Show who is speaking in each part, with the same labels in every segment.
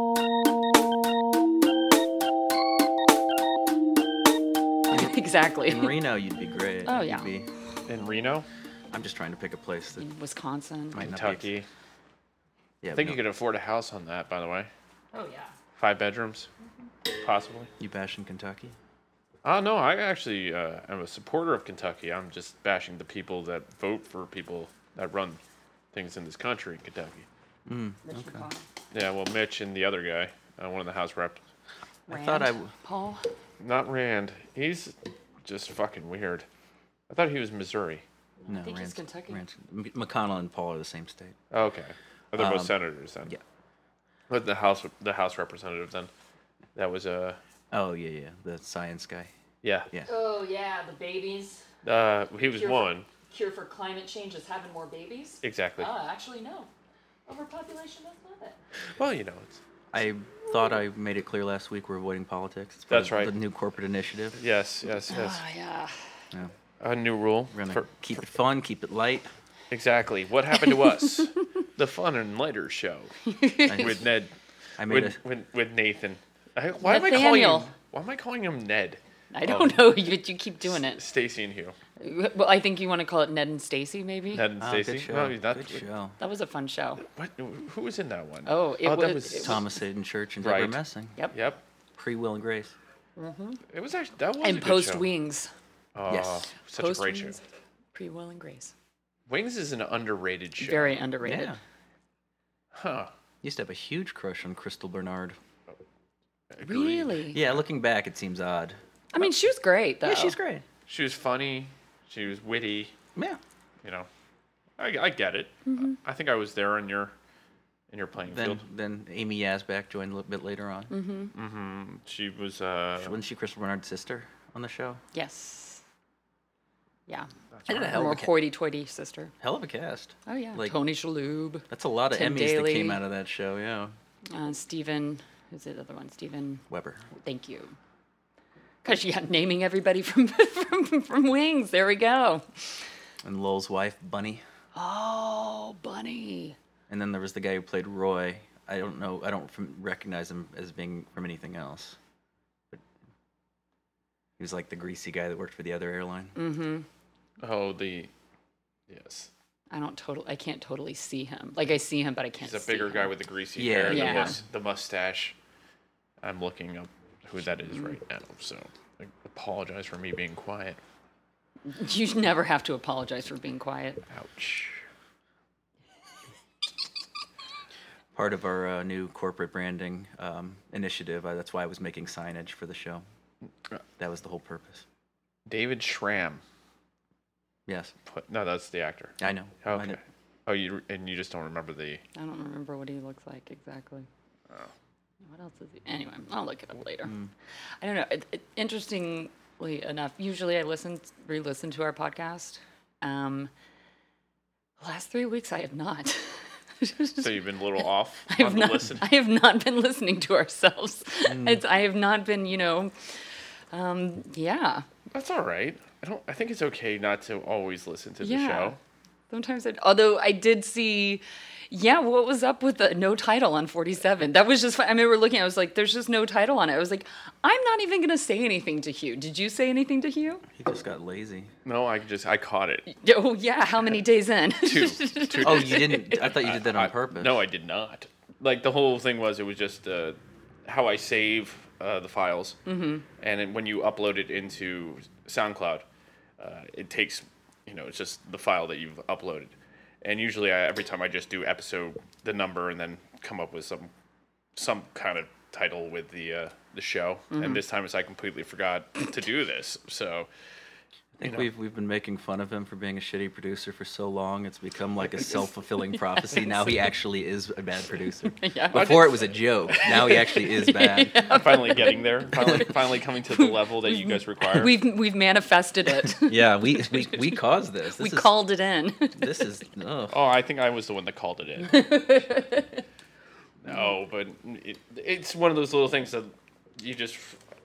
Speaker 1: exactly.
Speaker 2: In Reno, you'd be great.
Speaker 1: Oh,
Speaker 2: You'd
Speaker 1: yeah.
Speaker 2: be-
Speaker 3: in Reno,
Speaker 2: I'm just trying to pick a place that.
Speaker 1: Wisconsin.
Speaker 2: Might not be-
Speaker 3: Kentucky.
Speaker 2: Yeah,
Speaker 3: I think
Speaker 2: no,
Speaker 3: you could afford a house on that, by the way.
Speaker 1: Oh yeah.
Speaker 3: Five bedrooms, possibly.
Speaker 2: You bash in Kentucky?
Speaker 3: Oh no, I actually uh, am a supporter of Kentucky. I'm just bashing the people that vote for people that run things in this country in Kentucky. Yeah, well, Mitch and the other guy, uh, one of the House reps,
Speaker 2: I thought I w-
Speaker 1: Paul.
Speaker 3: not Rand. He's just fucking weird. I thought he was Missouri.
Speaker 2: No,
Speaker 1: think he's
Speaker 2: Rand's-
Speaker 1: Kentucky.
Speaker 2: Rand's- M- McConnell and Paul are the same state.
Speaker 3: Oh, okay, oh, they're both
Speaker 2: Um,
Speaker 3: senators then.
Speaker 2: yeah.
Speaker 3: But the House, the House representative then, that was uh,
Speaker 2: Oh yeah, yeah, the science guy.
Speaker 3: yeah,
Speaker 2: Yeah.
Speaker 1: Oh yeah, the babies.
Speaker 3: Uh, he was
Speaker 1: You're-
Speaker 3: one
Speaker 1: Cure for climate change is having more babies.
Speaker 3: exactly.
Speaker 1: Ah, actually no. Overpopulation is not it.
Speaker 3: Well, you know, it's
Speaker 2: I thought I made it clear last week we're avoiding politics. It's part
Speaker 3: That's
Speaker 2: of
Speaker 3: right.
Speaker 2: The new corporate initiative.
Speaker 3: yes, yes, yes.
Speaker 1: Ah yeah.
Speaker 2: Yeah.
Speaker 1: Ah.
Speaker 3: A new rule
Speaker 2: We're gonna
Speaker 3: for-
Speaker 2: keep it fun, keep it light.
Speaker 3: Exactly. What happened to us? the fun and lighter show
Speaker 2: I,
Speaker 3: with Ned,
Speaker 2: I made
Speaker 3: with,
Speaker 2: it.
Speaker 3: with, with Nathan. I, why am I calling him?
Speaker 1: Nathaniel.
Speaker 3: Why am I calling him Ned?
Speaker 1: I don't know. You you keep doing it.
Speaker 3: Stacy and Hugh.
Speaker 1: Well, I think you want to call it Ned and Stacy maybe.
Speaker 3: Ned and
Speaker 2: Oh,
Speaker 3: Stacy.
Speaker 2: good show.
Speaker 3: No, not.
Speaker 2: good show.
Speaker 1: That was a fun show.
Speaker 3: What? Who was in that one?
Speaker 1: Oh, it
Speaker 3: that
Speaker 1: was- it was-
Speaker 2: Thomas Hayden Church and Deborah
Speaker 3: Right.
Speaker 2: Messing.
Speaker 1: Yep.
Speaker 3: Yep.
Speaker 2: Pre Will and Grace.
Speaker 3: It was actually that was a
Speaker 1: And
Speaker 3: good
Speaker 1: post
Speaker 3: show.
Speaker 1: wings.
Speaker 3: Oh,
Speaker 2: Yes.
Speaker 3: Such
Speaker 1: post
Speaker 3: a great
Speaker 1: wings.
Speaker 3: show.
Speaker 1: Pre Will and Grace.
Speaker 3: Wings is an underrated show.
Speaker 1: Very underrated.
Speaker 2: Yeah.
Speaker 3: Huh.
Speaker 2: Used to have a huge crush on Crystal Bernard.
Speaker 3: Agreed.
Speaker 1: Really?
Speaker 2: Yeah, looking back, it seems odd.
Speaker 1: I mean, she was great though.
Speaker 2: Yeah, she's great.
Speaker 3: She was funny. She was witty.
Speaker 2: Yeah.
Speaker 3: You know, I, I get it.
Speaker 1: Mm-hmm.
Speaker 3: I think I was there in your in your playing
Speaker 2: Then,
Speaker 3: field.
Speaker 2: then Amy Yazbak joined a little bit later on.
Speaker 1: Mm-hmm.
Speaker 3: She was. Uh,
Speaker 2: Wasn't she Crystal Bernard's sister on the show?
Speaker 1: Yes. Yeah.
Speaker 2: I did a
Speaker 1: Her
Speaker 2: hell
Speaker 1: more
Speaker 2: of a, ca-
Speaker 1: hoity-toity sister.
Speaker 2: hell of a cast.
Speaker 1: Oh yeah,
Speaker 2: Like-
Speaker 1: Tony Shalhoub,
Speaker 2: That's a lot of
Speaker 1: Tim
Speaker 2: Emmys that
Speaker 1: Daly.
Speaker 2: came out of that show. Yeah.
Speaker 1: uh, Stephen. Who's the other one? Stephen.
Speaker 2: Weber.
Speaker 1: Thank you. Because yeah, naming everybody from, from from Wings. There we go.
Speaker 2: And Lowell's wife, Bunny.
Speaker 1: Oh, Bunny.
Speaker 2: And then there was the guy who played Roy. I don't know. I don't from, recognize him as being from anything else. But he was like the greasy guy that worked for the other airline.
Speaker 1: Mm.
Speaker 3: Oh, the yes.
Speaker 1: I don't total. I can't totally see him. Like I see him, but I can't.
Speaker 3: He's a
Speaker 1: see
Speaker 3: bigger
Speaker 1: him.
Speaker 3: guy with the greasy
Speaker 2: Yeah,
Speaker 3: hair, and
Speaker 1: yeah.
Speaker 3: the, mus- the mustache. I'm looking up who that
Speaker 1: Mm-hmm.
Speaker 3: is right now, so I apologize for me being quiet.
Speaker 1: You should never have to apologize for being quiet.
Speaker 3: Ouch.
Speaker 2: Part of our uh, new corporate branding um, initiative. Uh, that's why I was making signage for the show.
Speaker 3: Uh.
Speaker 2: That was the whole purpose.
Speaker 3: David Schramm.
Speaker 2: Yes.
Speaker 3: Put- No, that's the actor.
Speaker 2: I know. I
Speaker 3: Okay.
Speaker 2: know.
Speaker 3: Oh, you and you just don't remember the.
Speaker 1: I don't remember what he looks like exactly.
Speaker 3: Oh.
Speaker 1: What else is he? Anyway, I'll look it up later.
Speaker 3: Mm.
Speaker 1: I don't know. It, it- interestingly enough, usually I listen, re-listen to our podcast. Um, last three weeks, I have not.
Speaker 3: So you've been a little off
Speaker 1: I have
Speaker 3: on the
Speaker 1: not.
Speaker 3: listen. Mm.
Speaker 1: I have not been listening to ourselves. It's, I have not been, you know. Um, yeah,
Speaker 3: That's all right. I don't. I think it's okay not to always listen to the
Speaker 1: Yeah.
Speaker 3: show.
Speaker 1: Sometimes it, although I did see, yeah, what was up with the no title on 47? That was just, fun. I remember looking, I was like, there's just no title on it. I was like, I'm not even going to say anything to Hugh. Did you say anything to Hugh?
Speaker 2: He just got lazy.
Speaker 3: No, I just I caught it.
Speaker 1: Yeah, Oh, yeah. How many days in?
Speaker 3: Two. Two
Speaker 2: Oh, you didn't. I thought you did that on
Speaker 3: I-
Speaker 2: purpose.
Speaker 3: No, I did not. Like the whole thing was, it was just uh, how I save uh, the files, mm-hmm. and then when you upload it into SoundCloud, uh, it takes you know it's just the file that you've uploaded, and usually I, every time I just do episode the number and then come up with some some kind of title with the uh, the show, and this time it's I completely forgot to do this, so.
Speaker 2: I think we've we've been making fun of him for being a shitty producer for so long. It's become like a self fulfilling prophecy. Now he actually is a bad producer.
Speaker 1: Yeah.
Speaker 2: Before it was a joke. Now he actually is bad.
Speaker 3: I'm finally getting there. Finally, finally coming to the level that you guys require.
Speaker 1: We've, we've manifested it.
Speaker 2: Yeah, we we, we caused this.
Speaker 1: we
Speaker 2: This is-
Speaker 1: called it in.
Speaker 2: This is ugh.
Speaker 3: Oh, I think I was the one that called it in. no, but it, it's one of those little things that you just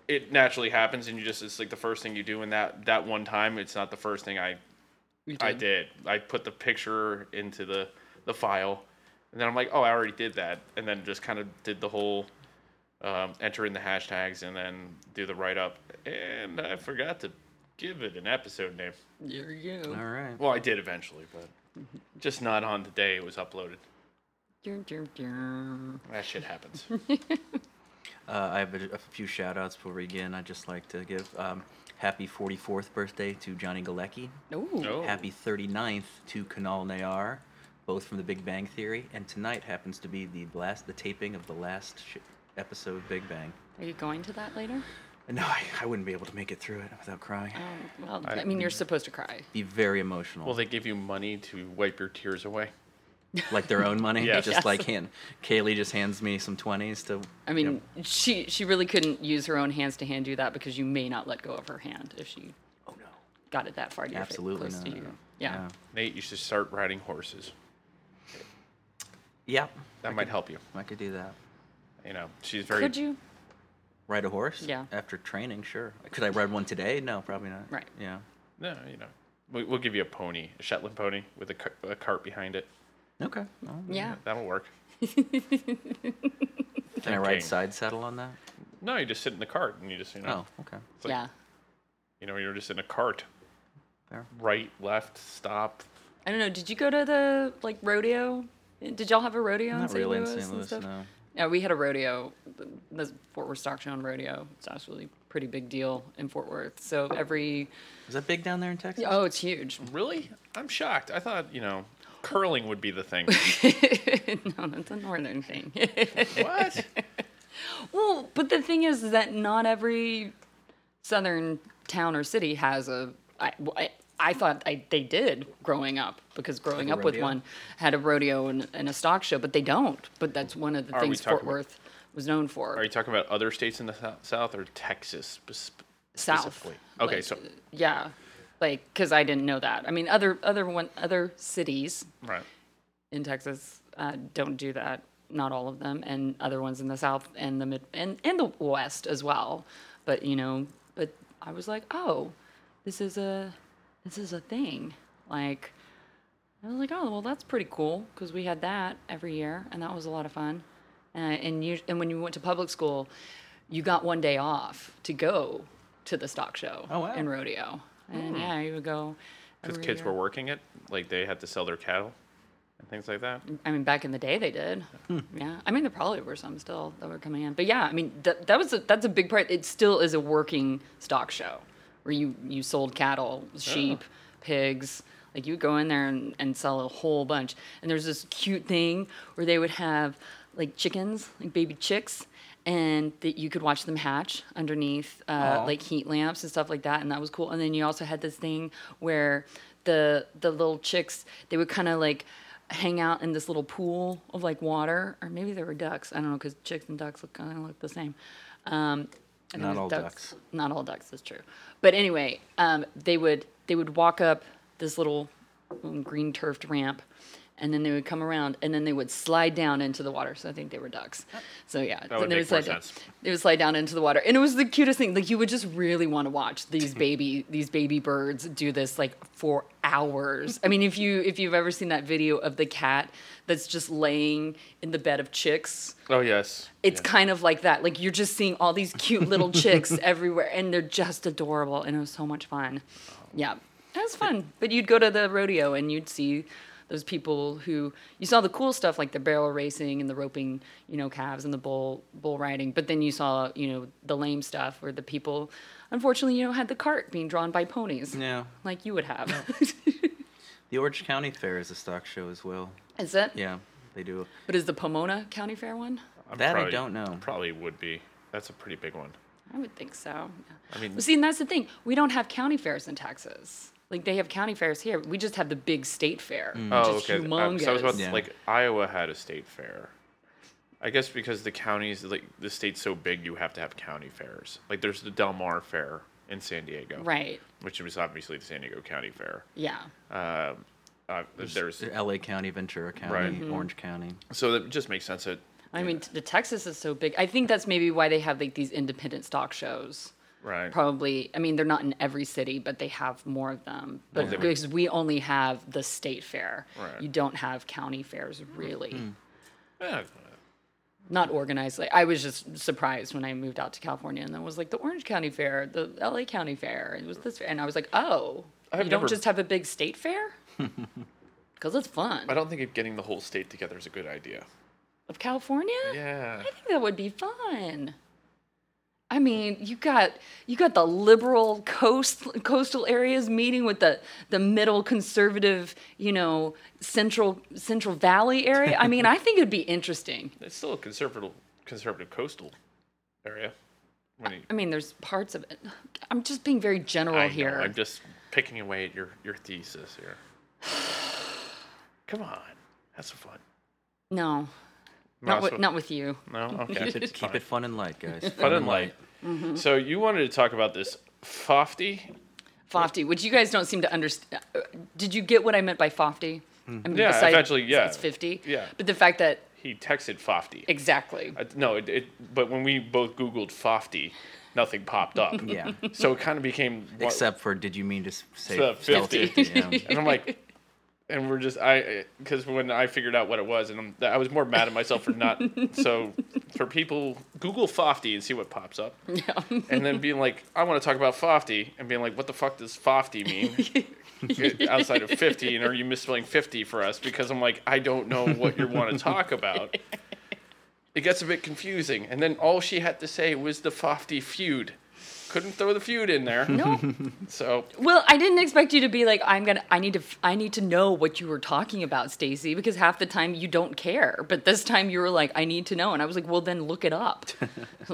Speaker 3: it naturally happens, and you just it's like the first thing you do in that that one time. It's not the first thing I I did. I put the picture into the the file, and then I'm like, oh, I already did that, and then just kind of did the whole. um, enter in the hashtags, and then do the write up. And I forgot to give it an episode name.
Speaker 1: There you go.
Speaker 2: All right.
Speaker 3: Well, I did eventually, but just not on the day it was uploaded.
Speaker 1: Dun, dun, dun.
Speaker 3: That shit happens.
Speaker 2: Oh. Uh, I have a, a few shout outs for again. I'd just like to give um, happy 44th birthday to Johnny Galecki.
Speaker 1: Ooh.
Speaker 3: Oh.
Speaker 2: Happy 39th to Kunal Nayar, both from The Big Bang Theory. And tonight happens to be the last, the taping of the last sh- episode of Big Bang.
Speaker 1: Are you going to that later?
Speaker 2: And no, I, I wouldn't be able to make it through it without crying.
Speaker 1: Um, well, I, mean, you're supposed to cry.
Speaker 2: Oh. Be very emotional.
Speaker 3: Will they give you money to wipe your tears away?
Speaker 2: like their own money,
Speaker 3: Yes.
Speaker 2: just like hand. Kaylee just hands me some twenties to.
Speaker 1: I mean, she she really couldn't use her own hands to hand you that because you may not let go of her hand if she
Speaker 2: oh no,
Speaker 1: got it that far to your fa-
Speaker 2: absolutely
Speaker 1: close
Speaker 2: not.
Speaker 1: to you. Yeah.
Speaker 3: Nate, you should start riding horses.
Speaker 2: Yep,
Speaker 3: That might help you.
Speaker 2: I could do that.
Speaker 3: You know, she's very.
Speaker 1: Could you?
Speaker 2: Ride a horse?
Speaker 1: Yeah.
Speaker 2: After training, sure. Could I ride one today? No, probably not.
Speaker 1: Right.
Speaker 2: Yeah.
Speaker 3: No, you know, we, we'll give you a pony, a Shetland pony with a, car- a cart behind it.
Speaker 2: Okay. Well,
Speaker 1: Yeah.
Speaker 3: That'll work.
Speaker 2: Can I ride
Speaker 3: Thinking.
Speaker 2: side saddle on that?
Speaker 3: No, you just sit in the cart and you just, you know,
Speaker 2: Oh, okay.
Speaker 3: like-
Speaker 1: yeah.
Speaker 3: you know, you're just in a cart.
Speaker 2: Fair.
Speaker 3: Right, left, stop.
Speaker 1: I don't know. Did you go to the like rodeo? Did y'all have a rodeo in
Speaker 2: Not
Speaker 1: St.
Speaker 2: really in
Speaker 1: Louis
Speaker 2: St.
Speaker 1: and
Speaker 2: Louis,
Speaker 1: stuff?
Speaker 2: no.
Speaker 1: Yeah, we had a rodeo, the- the Fort Worth Stockton rodeo. It's actually a pretty big deal in Fort Worth. So every
Speaker 2: Is that big down there in Texas?
Speaker 1: oh, it's huge.
Speaker 3: Really? I'm shocked. I thought, you know, curling would be the thing.
Speaker 1: no, that's a northern thing.
Speaker 3: what?
Speaker 1: well, but the thing is that not every southern town or city has a. I, well, I, I thought I, they did growing up because growing
Speaker 2: Like a
Speaker 1: up with
Speaker 2: rodeo?
Speaker 1: one had a rodeo and, and a stock show, but they don't. But that's one of the
Speaker 3: Are we
Speaker 1: things Fort
Speaker 3: talking about-
Speaker 1: Worth was known for.
Speaker 3: Are you talking about other states in the sou- South or Texas spe-
Speaker 1: South.
Speaker 3: specifically? Okay,
Speaker 1: Like,
Speaker 3: so
Speaker 1: yeah, like because I didn't know that. I mean, other other one other cities
Speaker 3: right.
Speaker 1: in Texas uh, don't do that. Not all of them, and other ones in the South and the mid and, and the West as well. But you know, but I was like, oh, this is a this is a thing. Like, I was like, oh, well, that's pretty cool because we had that every year, and that was a lot of fun. Uh, and you and when you went to public school, you got one day off to go to the stock show
Speaker 2: Oh, wow.
Speaker 1: and rodeo, and yeah, you would go.
Speaker 3: Because
Speaker 1: every
Speaker 3: kids
Speaker 1: year.
Speaker 3: were working it, like they had to sell their cattle and things like that.
Speaker 1: I mean, back in the day, they did. Yeah, I mean, there probably were some still that were coming in, but yeah, I mean, that that was a, that's a big part. It still is a working stock show where you you sold cattle, sheep, pigs. Like you would go in there and, and sell a whole bunch. And there's this cute thing where they would have like chickens, like baby chicks, and that you could watch them hatch underneath uh,
Speaker 2: Aw.
Speaker 1: like heat lamps and stuff like that, and that was cool. And then you also had this thing where the the little chicks they would kind of like hang out in this little pool of like water, or maybe there were ducks. I don't know because chicks and ducks look kind of look the same. Um, I think it
Speaker 2: Not
Speaker 1: was
Speaker 2: all ducks.
Speaker 1: Not all ducks is true. But anyway, um, they would they would walk up this little um, green turfed ramp. And then they would come around, and then they would slide down into the water. So I think they were ducks. So yeah,
Speaker 3: That would
Speaker 1: they
Speaker 3: make more
Speaker 1: slide down-
Speaker 3: sense.
Speaker 1: They would slide down into the water, and it was the cutest thing. Like you would just really want to watch these baby these baby birds do this like for hours. I mean, if you if you've ever seen that video of the cat that's just laying in the bed of chicks,
Speaker 3: Oh yes.
Speaker 1: it's
Speaker 3: Yeah.
Speaker 1: kind of like that. Like you're just seeing all these cute little chicks everywhere, and they're just adorable, and it was so much fun.
Speaker 2: Oh.
Speaker 1: Yeah, it was fun. But you'd go to the rodeo and you'd see those people who you saw the cool stuff like the barrel racing and the roping, you know, calves and the bull bull riding. But then you saw, you know, the lame stuff where the people, unfortunately, you know, had the cart being drawn by ponies,
Speaker 2: Yeah.
Speaker 1: like you would have.
Speaker 2: The Orange County Fair is a stock show as well.
Speaker 1: is that?
Speaker 2: Yeah, they do.
Speaker 1: But is the Pomona County Fair one?
Speaker 3: I'm
Speaker 2: that I don't know. Mm.
Speaker 3: Probably would be. That's a pretty big one.
Speaker 1: I would think so.
Speaker 3: I mean-
Speaker 1: Well, see, and that's the thing. We don't have county fairs in Texas. Like they have county fairs here. We just have the big state fair,
Speaker 3: Oh,
Speaker 1: which is
Speaker 3: okay. Um,
Speaker 1: humongous.
Speaker 3: so I was about to,
Speaker 2: Yeah.
Speaker 3: like Iowa had a state fair. I guess because the counties like the state's so big, you have to have county fairs. Like there's the Del Mar Fair in San Diego,
Speaker 1: right.
Speaker 3: Which was obviously the San Diego County Fair.
Speaker 1: Yeah.
Speaker 3: Um, uh, there's
Speaker 2: L.A. County, Ventura County,
Speaker 3: Right. Mhm.
Speaker 2: Orange County.
Speaker 3: so that just makes sense that
Speaker 1: I mean, t- the Texas is so big. I think that's maybe why they have like these independent stock shows.
Speaker 3: right.
Speaker 1: Probably. I mean, they're not in every city, but they have more of them. But
Speaker 3: they would-
Speaker 1: because we only have the state fair,
Speaker 3: Right. Hmm.
Speaker 1: you don't have county fairs really.
Speaker 3: Yeah,
Speaker 1: not organized. Like I was just surprised when I moved out to California, and then was like the Orange County Fair, the L.A. County Fair, it was this, fair. and I was like, oh, you
Speaker 3: I have
Speaker 1: don't
Speaker 3: never-
Speaker 1: just have a big state fair because it's fun
Speaker 3: I don't think if getting the whole state together is a good idea.
Speaker 1: of California.
Speaker 3: Yeah.
Speaker 1: I think that would be fun. I mean, you got you got the liberal coast coastal areas meeting with the the middle conservative, you know, central Central Valley area. I mean, I think it'd be interesting.
Speaker 3: It's still a conservative conservative coastal area. When you,
Speaker 1: I mean, there's parts of it. I'm just being very general
Speaker 3: I know,
Speaker 1: here.
Speaker 3: I'm just picking away at your, your thesis here. Come on. Have some fun.
Speaker 1: no,
Speaker 3: No,
Speaker 1: not with,
Speaker 3: so-
Speaker 1: not with you. Mm-hmm.
Speaker 3: No? Okay.
Speaker 2: Keep it, keep it fun and light, guys.
Speaker 3: Fun and light. So you wanted to talk about this FOFTI?
Speaker 1: Fofty, which you guys don't seem to understand. Did you get what I meant by Fofty? I mean,
Speaker 3: Yeah,
Speaker 1: besides-
Speaker 3: eventually, yeah.
Speaker 1: It's 50.
Speaker 3: Yeah.
Speaker 1: But the fact that,
Speaker 3: He texted FOFTI.
Speaker 1: exactly.
Speaker 3: Uh, no, it, it, but when we both Googled FOFTI, nothing popped up.
Speaker 2: Yeah.
Speaker 3: So it kind of became. what-
Speaker 2: Except for, did you mean to s- say
Speaker 3: So,
Speaker 2: spell
Speaker 3: 50.
Speaker 2: 50? Yeah.
Speaker 3: and I'm like, and we're just I because when I figured out what it was, and I'm, I was more mad at myself for not. so for people, Google Fofty and see what pops up,
Speaker 1: Yeah.
Speaker 3: and then being like, I want to talk about Fofty, and being like, what the fuck does Fofty mean? outside of 50 and are you misspelling 50 for us because i'm like i don't know what you want to talk about it gets a bit confusing and then all she had to say was the Fofty feud couldn't throw the feud in there
Speaker 1: No.
Speaker 3: so
Speaker 1: Well, I didn't expect you to be like, I'm gonna. I need to. f- I need to know what you were talking about, Stacy, because half the time you don't care. But this time you were like, I need to know, and I was like, well, then look it up.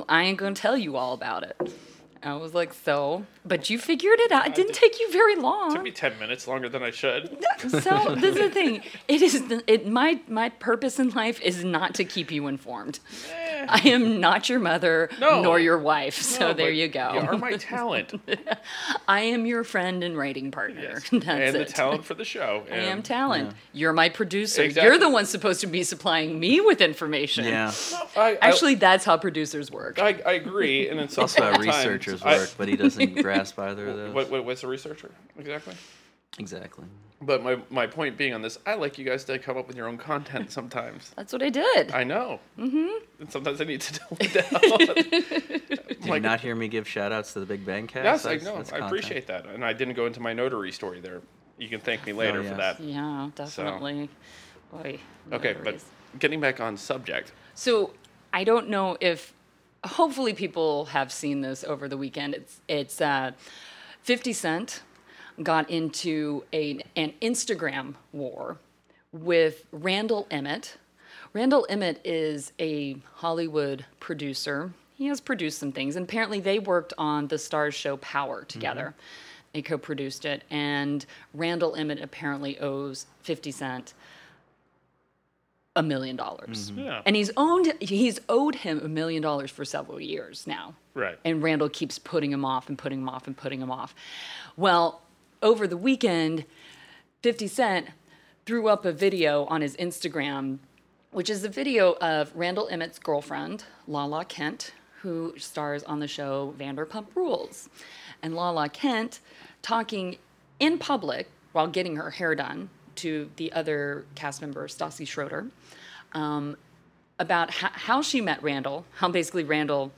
Speaker 1: I ain't gonna tell you all about it. I was like, so, but you figured it out. It didn't take you very long.
Speaker 3: took me 10 minutes longer than i should
Speaker 1: so this is the thing. It is the, it my my purpose in life is not to keep you informed. I am not your mother
Speaker 3: Eh. No.
Speaker 1: nor your wife. So
Speaker 3: No,
Speaker 1: there
Speaker 3: but
Speaker 1: you go.
Speaker 3: You are my talent.
Speaker 1: I am your friend and writing partner.
Speaker 3: Yes.
Speaker 1: That's
Speaker 3: and
Speaker 1: it.
Speaker 3: the talent for the show.
Speaker 1: I
Speaker 3: And
Speaker 1: am talent. You're my producer.
Speaker 3: Exactly.
Speaker 1: You're the one supposed to be supplying me with information.
Speaker 2: yeah.
Speaker 3: I, I-
Speaker 1: Actually, that's how producers work.
Speaker 3: I, I agree. And it's
Speaker 2: Also, a
Speaker 3: sometimes
Speaker 2: researcher's
Speaker 3: I-
Speaker 2: work, but he doesn't grasp either of those.
Speaker 3: What, what, what's a researcher? Exactly.
Speaker 2: Exactly.
Speaker 3: But my, my point being on this, I like you guys to come up with your own content sometimes.
Speaker 1: that's what I did.
Speaker 3: I know. Mm-hmm. And sometimes I need to know that.
Speaker 2: Did you not hear me give shout outs to the Big Bang cast?
Speaker 3: Yes, I
Speaker 2: That's-
Speaker 3: know.
Speaker 2: that's
Speaker 3: I
Speaker 2: content.
Speaker 3: appreciate that. And I didn't go into my notary story there. You can thank me later
Speaker 2: Oh, yes.
Speaker 3: for that.
Speaker 1: yeah, definitely. Boy.
Speaker 3: Okay, but
Speaker 1: notaries.
Speaker 3: getting back on subject.
Speaker 1: So I don't know if hopefully people have seen this over the weekend. It's it's uh, 50 Cent got into a, an Instagram war with Randall Emmett. Randall Emmett is a Hollywood producer. He has produced some things, and apparently they worked on the Stars show Power together. They co-produced it, and Randall Emmett apparently owes 50 Cent a million dollars.
Speaker 3: Yeah.
Speaker 1: And he's owned he's owed him a million dollars for several years now.
Speaker 3: Right.
Speaker 1: And Randall keeps putting him off and putting him off and putting him off. Well, over the weekend, 50 Cent threw up a video on his Instagram, which is a video of Randall Emmett's girlfriend, Lala Kent, who stars on the show Vanderpump Rules. And Lala Kent talking in public while getting her hair done to the other cast member, Stassi Schroeder, um, about ho- how she met Randall, how basically Randall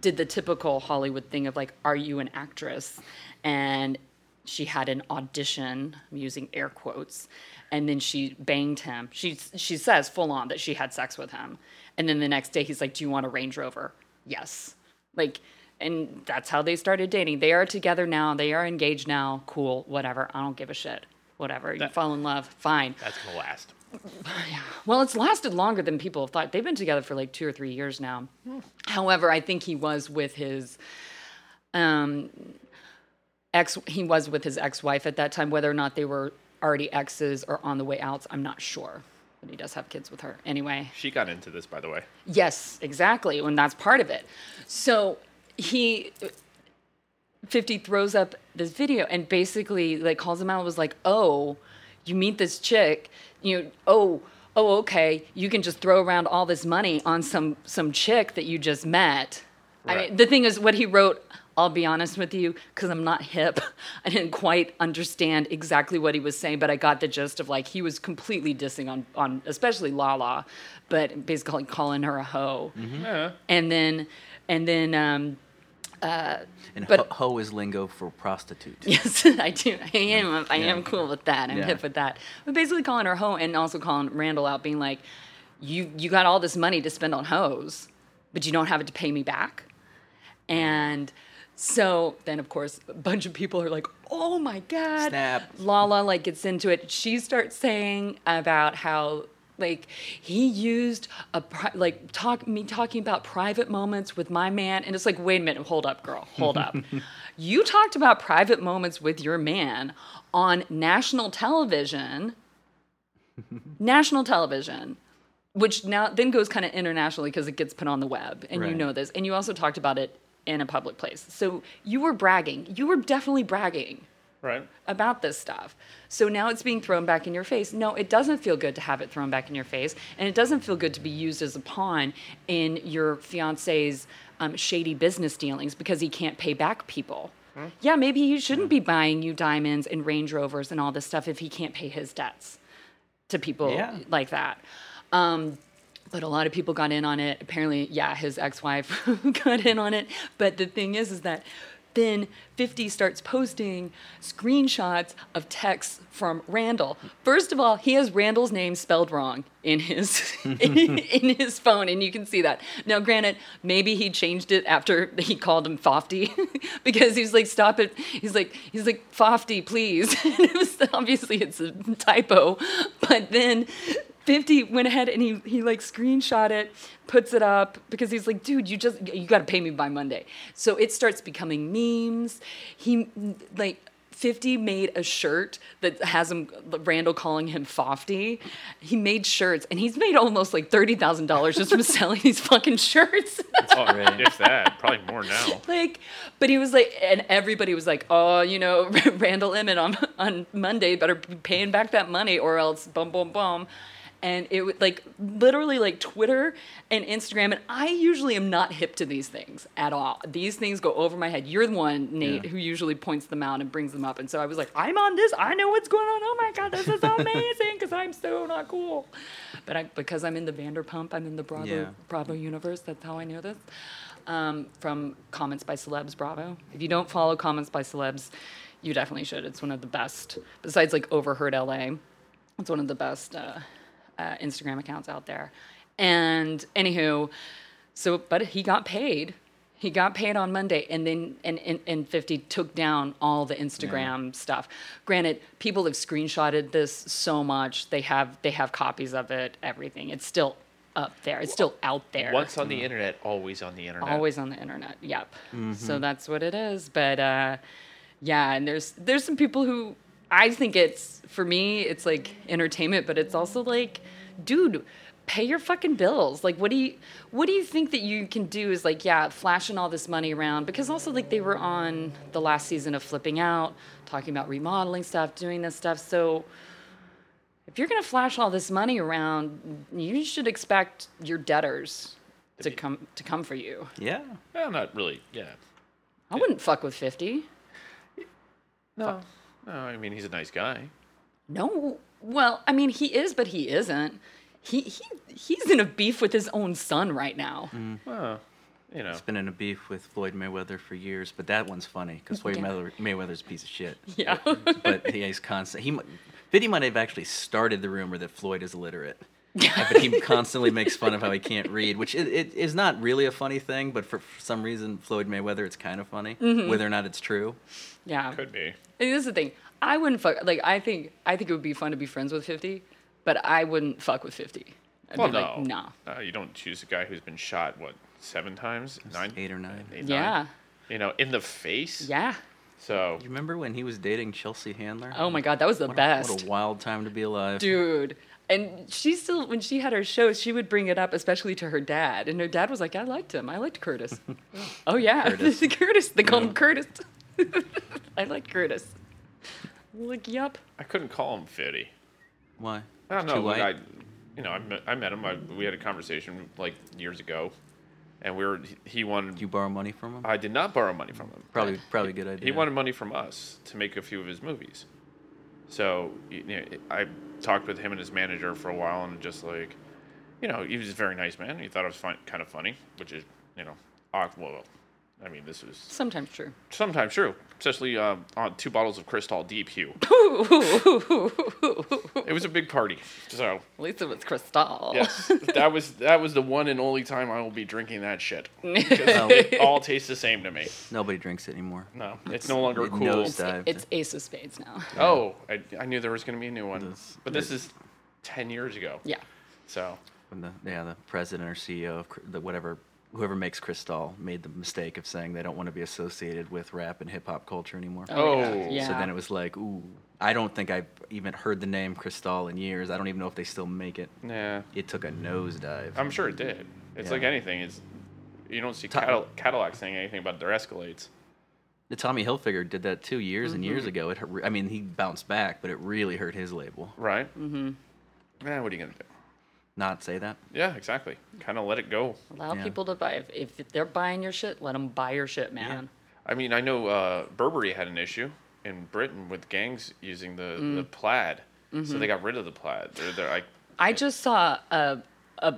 Speaker 1: did the typical Hollywood thing of like, are you an actress? And she had an audition, I'm using air quotes, and then she banged him. She she says full on that she had sex with him. And then the next day he's like, Do you want a Range Rover? Yes. Like and that's how they started dating. They are together now, they are engaged now, cool, whatever. I don't give a shit. Whatever. You fall in love, fine.
Speaker 3: That's going to last.
Speaker 1: Well, it's lasted longer than people have thought. They've been together for like two or three years now. However, I think he was with his um, ex. He was with his ex-wife at that time. Whether or not they were already exes or on the way out, I'm not sure. But he does have kids with her anyway.
Speaker 3: She got into this, by the way.
Speaker 1: Yes, exactly. And that's part of it. So he, 50 throws up this video and basically like calls him out was like, oh, you meet this chick, you know, oh, oh, okay, you can just throw around all this money on some some chick that you just met. I
Speaker 3: Right.
Speaker 1: mean, the thing is, what he wrote I'll be honest with you, because I'm not hip. I didn't quite understand exactly what he was saying, but I got the gist of like he was completely dissing on, on especially Lala, but basically calling her a hoe.
Speaker 3: Yeah.
Speaker 1: And then, and then, um,
Speaker 2: And
Speaker 1: But-
Speaker 2: ho, ho is lingo for prostitute.
Speaker 1: Yes, I do. I am. I am
Speaker 2: Yeah.
Speaker 1: cool with that. I'm
Speaker 2: Yeah.
Speaker 1: hip with that. But basically, calling her hoe and also calling Randall out, being like, "You you got all this money to spend on hoes, but you don't have it to pay me back." And so then, of course, a bunch of people are like, "Oh my god!"
Speaker 2: Snap.
Speaker 1: Lala like gets into it. She starts saying about how like he used a pri- like talk me talking about private moments with my man and it's like wait a minute hold up girl hold up you talked about private moments with your man on national television national television which now then goes kind of internationally because it gets put on the web and you
Speaker 2: Right.
Speaker 1: know this and you also talked about it in a public place so you were bragging you were definitely bragging
Speaker 3: Right.
Speaker 1: about this stuff. So now it's being thrown back in your face. No, it doesn't feel good to have it thrown back in your face, and it doesn't feel good to be used as a pawn in your fiance's um, shady business dealings because he can't pay back people. Yeah, maybe he shouldn't be buying you diamonds and Range Rovers and all this stuff if he can't pay his debts to people
Speaker 2: Yeah.
Speaker 1: like that. Um, but a lot of people got in on it. Apparently, yeah, his ex-wife got in on it. But the thing is, is that then 50 starts posting screenshots of texts from Randall. First of all, he has Randall's name spelled wrong in his in, in his phone, and you can see that. Now, granted, maybe he changed it after he called him Fofty because he's like, "Stop it!" He's like, "He's like Fofty, please." And it was obviously it's a typo, but then 50 went ahead and he, he like screenshot it, puts it up because he's like, dude, you just, you got to pay me by Monday. So it starts becoming memes. He, like, 50 made a shirt that has him, Randall calling him Fofty. He made shirts and he's made almost like $30,000 just from selling these fucking shirts.
Speaker 3: Oh, if that, probably more now.
Speaker 1: like, but he was like, and everybody was like, oh, you know, Randall Emmett on on Monday better be paying back that money or else bum bum bum. And it was like literally like Twitter and Instagram, and I usually am not hip to these things at all. These things go over my head. You're the one, Nate,
Speaker 2: Yeah.
Speaker 1: who usually points them out and brings them up. And so I was like, I'm on this. I know what's going on. Oh my god, this is amazing because I'm so not cool. But I, because I'm in the Vanderpump, I'm in the Bravo
Speaker 2: Yeah.
Speaker 1: Bravo universe. That's how I know this. Um, from comments by celebs, Bravo. If you don't follow comments by celebs, you definitely should. It's one of the best. Besides like Overheard LA, it's one of the best uh, uh, Instagram accounts out there. And anywho, so but he got paid. He got paid on Monday, and then and, and, and 50 took down all the Instagram stuff. Granted, people have screenshotted this so much; they have they have copies of it. Everything. It's still up there. It's still out there.
Speaker 3: Once on the internet, always on the internet.
Speaker 1: Mm-hmm. Always on the internet. Yep. So that's what it is. But uh, yeah, and there's there's some people who I think it's for me it's like entertainment, but it's also like, dude, pay your fucking bills. Like, what do you what do you think that you can do? Is like, yeah, flashing all this money around because also like they were on the last season of Flipping Out, talking about remodeling stuff, doing this stuff. So if you're gonna flash all this money around, you should expect your debtors to come to come for you.
Speaker 2: Yeah.
Speaker 3: Well, Eh, not really. Yeah.
Speaker 1: I wouldn't fuck with fifty.
Speaker 3: No. No, I mean he's a nice guy.
Speaker 1: No, well, I mean he is, but he isn't. He he he's in a beef with his own son right now.
Speaker 3: Well, you know.
Speaker 2: It's been in a beef with Floyd Mayweather for years, but that one's funny because Floyd
Speaker 1: Yeah.
Speaker 2: Mayweather, Mayweather's a piece of shit.
Speaker 1: Yeah,
Speaker 2: But he, he's constant. He, mi- Vinny might have actually started the rumor that Floyd is illiterate. but he constantly makes fun of how he can't read, which it, it is not really a funny thing, but for, for some reason, Floyd Mayweather, it's kind of funny,
Speaker 1: Mm-hmm.
Speaker 2: whether or not it's true.
Speaker 1: yeah.
Speaker 3: Could be.
Speaker 1: And this is the thing. I wouldn't fuck. Like I think I think it would be fun to be friends with fifty, but I wouldn't fuck with fifty. I'd
Speaker 3: Well,
Speaker 1: be
Speaker 3: no.
Speaker 1: like, nah.
Speaker 3: Uh, you don't choose a guy who's been shot what seven times, nine,
Speaker 2: Eight or nine.
Speaker 3: eight, nine?
Speaker 1: Yeah,
Speaker 3: You know, in the face.
Speaker 1: yeah.
Speaker 3: So
Speaker 2: You remember when he was dating Chelsea Handler?
Speaker 1: Oh my god, that was the
Speaker 2: What a-
Speaker 1: best.
Speaker 2: what a wild time to be alive.
Speaker 1: dude and she still when she had her shows she would bring it up especially to her dad and her dad was like i liked him i liked curtis oh yeah curtis,
Speaker 2: Curtis.
Speaker 1: they called him curtis i liked curtis like yep
Speaker 3: I couldn't call him Fitty.
Speaker 2: Why?
Speaker 3: I don't know.
Speaker 2: Too
Speaker 3: Like,
Speaker 2: white?
Speaker 3: I, you know, I met, I met him. I, we had a conversation like years ago, and we were he- he wanted.
Speaker 2: You borrow money from him?
Speaker 3: I did not borrow money from him.
Speaker 2: Probably, probably a good idea.
Speaker 3: He wanted money from us to make a few of his movies. So you know, I talked with him and his manager for a while, and just like, you know, he was a very nice man. He thought it was fun, kind of funny, which is, you know, awk- well, I mean, this is
Speaker 1: Sometimes true.
Speaker 3: sometimes true, especially um, on two bottles of Cristal Deep Hue. it was a big party, so
Speaker 1: At least it was Cristal.
Speaker 3: yes, that was that was the one and only time I will be drinking that shit. 'Cause it all tastes the same to me.
Speaker 2: Nobody drinks it anymore.
Speaker 3: No, it's no longer
Speaker 2: it
Speaker 3: cool.
Speaker 2: knows that.
Speaker 1: It's, it's Ace of Spades now.
Speaker 3: Oh, I, I knew there was going to be a new one.
Speaker 2: This-
Speaker 3: but this
Speaker 2: it-
Speaker 3: is 10 years ago.
Speaker 1: Yeah.
Speaker 3: So,
Speaker 2: When the yeah, the president or CEO of Cr- the whatever whoever makes Cristal made the mistake of saying they don't want to be associated with rap and hip hop culture anymore.
Speaker 1: Oh, yeah.
Speaker 3: Oh. So
Speaker 1: yeah.
Speaker 2: So then it was like, ooh, I don't think I've even heard the name Cristal in years. I don't even know if they still make it.
Speaker 3: yeah.
Speaker 2: It took a nosedive.
Speaker 3: I'm sure it did. It's
Speaker 2: Yeah.
Speaker 3: like anything. It's You don't see
Speaker 2: Ta-
Speaker 3: Cadill- Cadillac saying anything about their Escalades.
Speaker 2: The Tommy Hilfiger did that too years
Speaker 1: Mm-hmm.
Speaker 2: and years ago. It, hurt- I mean, he bounced back, but it really hurt his label.
Speaker 3: Right? Mm-hmm. Yeah, what are you going to do?
Speaker 2: Not say that.
Speaker 3: Yeah, exactly. Kind of let it go.
Speaker 1: Allow
Speaker 2: Yeah.
Speaker 1: people to buy. If, if they're buying your shit, let them buy your shit, man.
Speaker 3: I mean, I know uh, Burberry had an issue in Britain with gangs using the, the plaid. So they got rid of the plaid. They're, they're like,
Speaker 1: I just saw a a,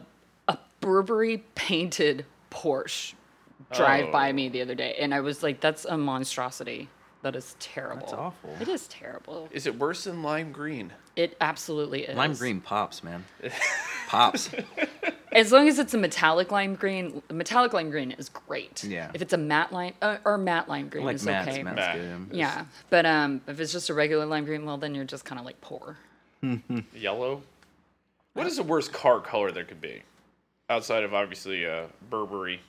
Speaker 1: a Burberry painted Porsche drive by
Speaker 3: Oh.
Speaker 1: me the other day, and I was like, "That's a monstrosity. That is terrible.
Speaker 2: awful.
Speaker 1: It is terrible.
Speaker 3: is it worse than lime green?
Speaker 1: It absolutely is.
Speaker 2: Lime green pops, man. pops.
Speaker 1: As long as it's a metallic lime green, metallic lime green is great.
Speaker 2: Yeah.
Speaker 1: If it's a matte lime uh, or matte lime green,
Speaker 2: Like
Speaker 1: is
Speaker 2: Matt's.
Speaker 1: okay.
Speaker 2: Matt's
Speaker 3: Nah.
Speaker 2: good.
Speaker 1: Yeah, but um, if it's just a regular lime green, well, then you're just kind of like poor.
Speaker 3: Yellow. What is the worst car color there could be? Outside of obviously uh, Burberry.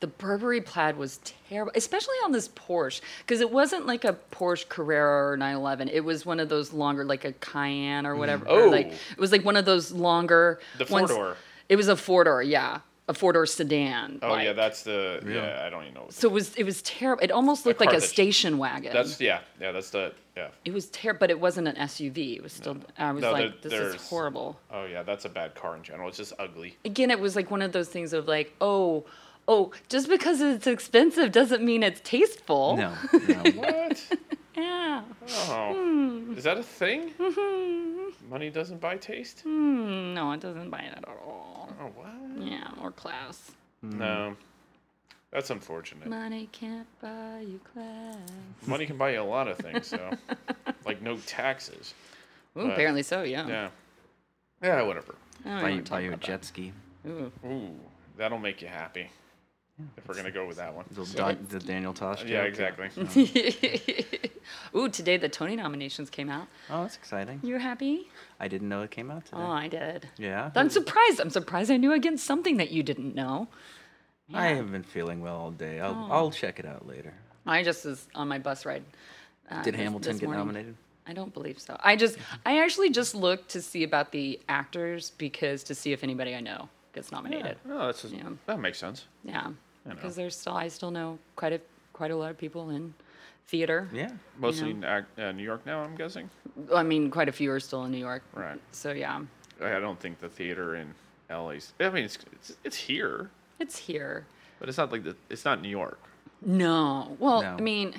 Speaker 1: The Burberry plaid was terrible, especially on this Porsche, because it wasn't like a Porsche Carrera or 911. It was one of those longer, like a Cayenne or whatever. or, like
Speaker 3: Oh.
Speaker 1: it was like one of those longer.
Speaker 3: The
Speaker 1: ones-
Speaker 3: four-door.
Speaker 1: It was a four door, yeah, a four door sedan.
Speaker 3: Oh yeah,
Speaker 1: like.
Speaker 3: that's the yeah. I don't even know. What
Speaker 1: So it was it was terrible. It almost looked like a
Speaker 3: Carthage.
Speaker 1: station wagon.
Speaker 3: that's yeah, yeah. That's the yeah.
Speaker 1: it was terrible, but it wasn't an SUV. It was still. I was
Speaker 3: No,
Speaker 1: like,
Speaker 3: there-
Speaker 1: this
Speaker 3: there's-
Speaker 1: is horrible.
Speaker 3: Oh yeah, that's a bad car in general. It's just ugly.
Speaker 1: again, it was like one of those things of like, oh, oh, just because it's expensive doesn't mean it's tasteful.
Speaker 2: No, no.
Speaker 3: What?
Speaker 1: Yeah.
Speaker 3: Oh, is that a thing? Money doesn't buy taste. Oh
Speaker 1: No, it doesn't buy it at all.
Speaker 3: what?
Speaker 1: Yeah, or class.
Speaker 3: No, that's unfortunate.
Speaker 1: Money can't buy you class.
Speaker 3: Money can buy you a lot of things, though, like no taxes.
Speaker 1: Ooh, apparently so, yeah.
Speaker 3: Yeah, yeah, whatever.
Speaker 1: I don't
Speaker 2: buy
Speaker 1: even
Speaker 2: you,
Speaker 1: wanna
Speaker 2: buy
Speaker 1: talk
Speaker 2: you a
Speaker 1: about
Speaker 2: jet ski.
Speaker 1: that. Ooh.
Speaker 3: Ooh, that'll make you happy. If we're gonna go with that one.
Speaker 2: The, Don, the Daniel Tosh.
Speaker 3: Yeah,
Speaker 2: joke.
Speaker 3: exactly.
Speaker 1: Ooh, today the Tony nominations came out.
Speaker 2: Oh, that's exciting.
Speaker 1: You happy?
Speaker 2: I didn't know it came out today.
Speaker 1: Oh, I did.
Speaker 2: yeah.
Speaker 1: I'm surprised. I'm surprised I knew against something that you didn't know.
Speaker 2: I haven't been feeling well all day. I'll,
Speaker 1: Oh.
Speaker 2: I'll check it out later.
Speaker 1: I just was on my bus ride. uh,
Speaker 2: Did
Speaker 1: this-
Speaker 2: Hamilton
Speaker 1: this
Speaker 2: get
Speaker 1: morning.
Speaker 2: nominated?
Speaker 1: I don't believe so. I just, I actually just looked to see about the actors because to see if anybody I know gets nominated.
Speaker 3: No, that's just,
Speaker 1: Yeah.
Speaker 3: that makes sense.
Speaker 1: Yeah,
Speaker 3: I know.
Speaker 1: because there's still, I still know quite a quite a lot of people in theater.
Speaker 2: Yeah.
Speaker 3: Mostly in uh, uh, New York now, I'm guessing.
Speaker 1: I mean, quite a few are still in New York.
Speaker 3: Right.
Speaker 1: So yeah,
Speaker 3: I don't think the theater in LA's. I mean, it's it's, it's here,
Speaker 1: it's here.
Speaker 3: but it's not like the, it's not New York.
Speaker 1: No. Well,
Speaker 2: No.
Speaker 1: I mean,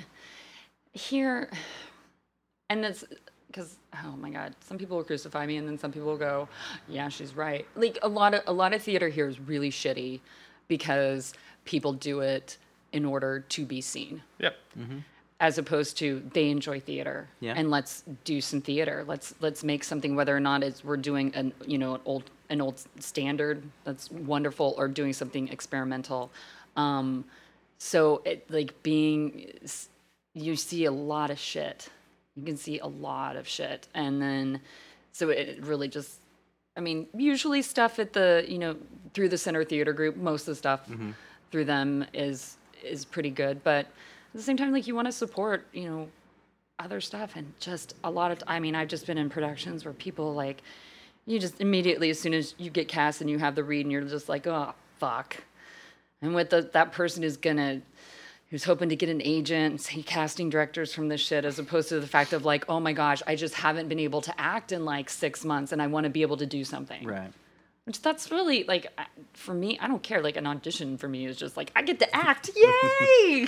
Speaker 1: here, and it's because oh my god, some people will crucify me, and then some people will go, "Yeah, she's right." Like a lot of a lot of theater here is really shitty because people do it in order to be seen,
Speaker 3: Yep.
Speaker 1: as opposed to they enjoy theater
Speaker 2: Yeah.
Speaker 1: and let's do some theater. Let's let's make something whether or not it's we're doing an you know an old an old standard that's wonderful or doing something experimental. Um, so it, like being s- you see a lot of shit you can see a lot of shit and then so it it really just i mean usually stuff at the you know through the center theater group most of the stuff through them is is pretty good but at the same time like you want to support you know other stuff and just a lot of i mean i've just been in productions where people like you just immediately as soon as you get cast and you have the read and you're just like oh fuck and what the, that person is gonna who's hoping to get an agent and say casting directors from this shit as opposed to the fact of like oh my gosh i just haven't been able to act in like six months and i want to be able to do something
Speaker 2: Right.
Speaker 1: Which that's really like I- for me, I don't care. Like an audition for me is just like I get to act, yay! oh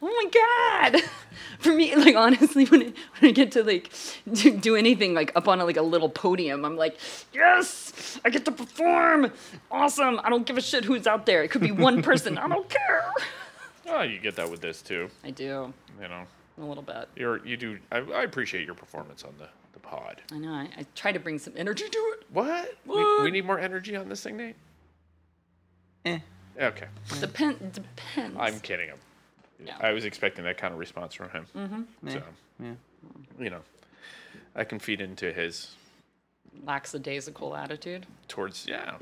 Speaker 1: my god! For me, like honestly, when I, when I get to like do, do anything like up on a, like a little podium, I'm like, yes, I get to perform, awesome! I don't give a shit who's out there. It could be one person. I don't care.
Speaker 3: Oh, you get that with this too.
Speaker 1: I do
Speaker 3: You know,
Speaker 1: a little bit.
Speaker 3: you're you do. I, I appreciate your performance on the the pod.
Speaker 1: I know. I, I try to bring some energy to it.
Speaker 3: What? We, we
Speaker 1: What?
Speaker 3: need more energy on this thing, Nate.
Speaker 2: Eh.
Speaker 3: Okay,
Speaker 1: Depend depends.
Speaker 3: I'm kidding him.
Speaker 1: Yeah. Mm-hmm.
Speaker 3: I was expecting that kind of response from him.
Speaker 2: eh,
Speaker 3: So,
Speaker 2: yeah.
Speaker 3: you know, I can feed into his
Speaker 1: lackadaisical attitude.
Speaker 3: towards yeah.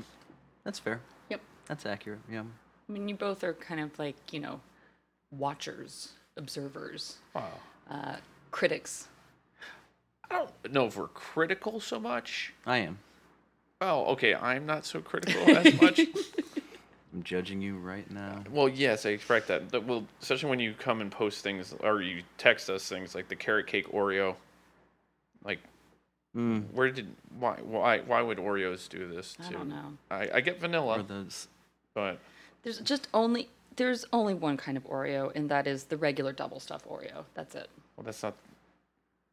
Speaker 2: That's fair.
Speaker 1: Yep.
Speaker 2: That's accurate. Yeah.
Speaker 1: I mean, you both are kind of like, you know, watchers, observers,
Speaker 3: Wow.
Speaker 1: uh, critics.
Speaker 3: I don't know if we're critical so much.
Speaker 2: I am.
Speaker 3: Oh, okay. I'm not so critical as much.
Speaker 2: I'm judging you right now.
Speaker 3: Well, yes, I expect that. But, well, especially when you come and post things or you text us things like the carrot cake Oreo. Like, where did why why why would Oreos do this? To,
Speaker 1: I don't know.
Speaker 3: I, I get vanilla,
Speaker 2: Or those.
Speaker 3: but
Speaker 1: There's just only there's only one kind of Oreo, and that is the regular double stuff Oreo. That's it.
Speaker 3: well, that's not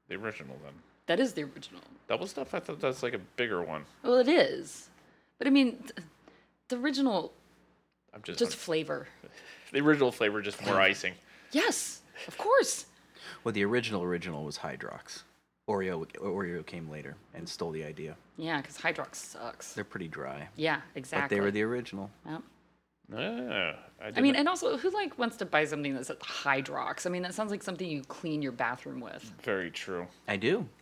Speaker 3: the original then.
Speaker 1: That is the original.
Speaker 3: Double stuff. I thought that's like a bigger one.
Speaker 1: Well, it is, but I mean, th- the original
Speaker 3: I'm just,
Speaker 1: just flavor.
Speaker 3: the original flavor, just more icing.
Speaker 1: Yes, of course.
Speaker 2: Well, the original original was Hydrox. Oreo Oreo came later and stole the idea.
Speaker 1: Yeah, because Hydrox sucks.
Speaker 2: They're pretty dry,
Speaker 1: Yeah, exactly.
Speaker 2: but they were the original.
Speaker 1: Yep.
Speaker 3: Ah, I,
Speaker 1: I mean,
Speaker 3: didn't-
Speaker 1: and also, who like wants to buy something that says Hydrox? I mean, that sounds like something you clean your bathroom with.
Speaker 3: very true.
Speaker 2: I do.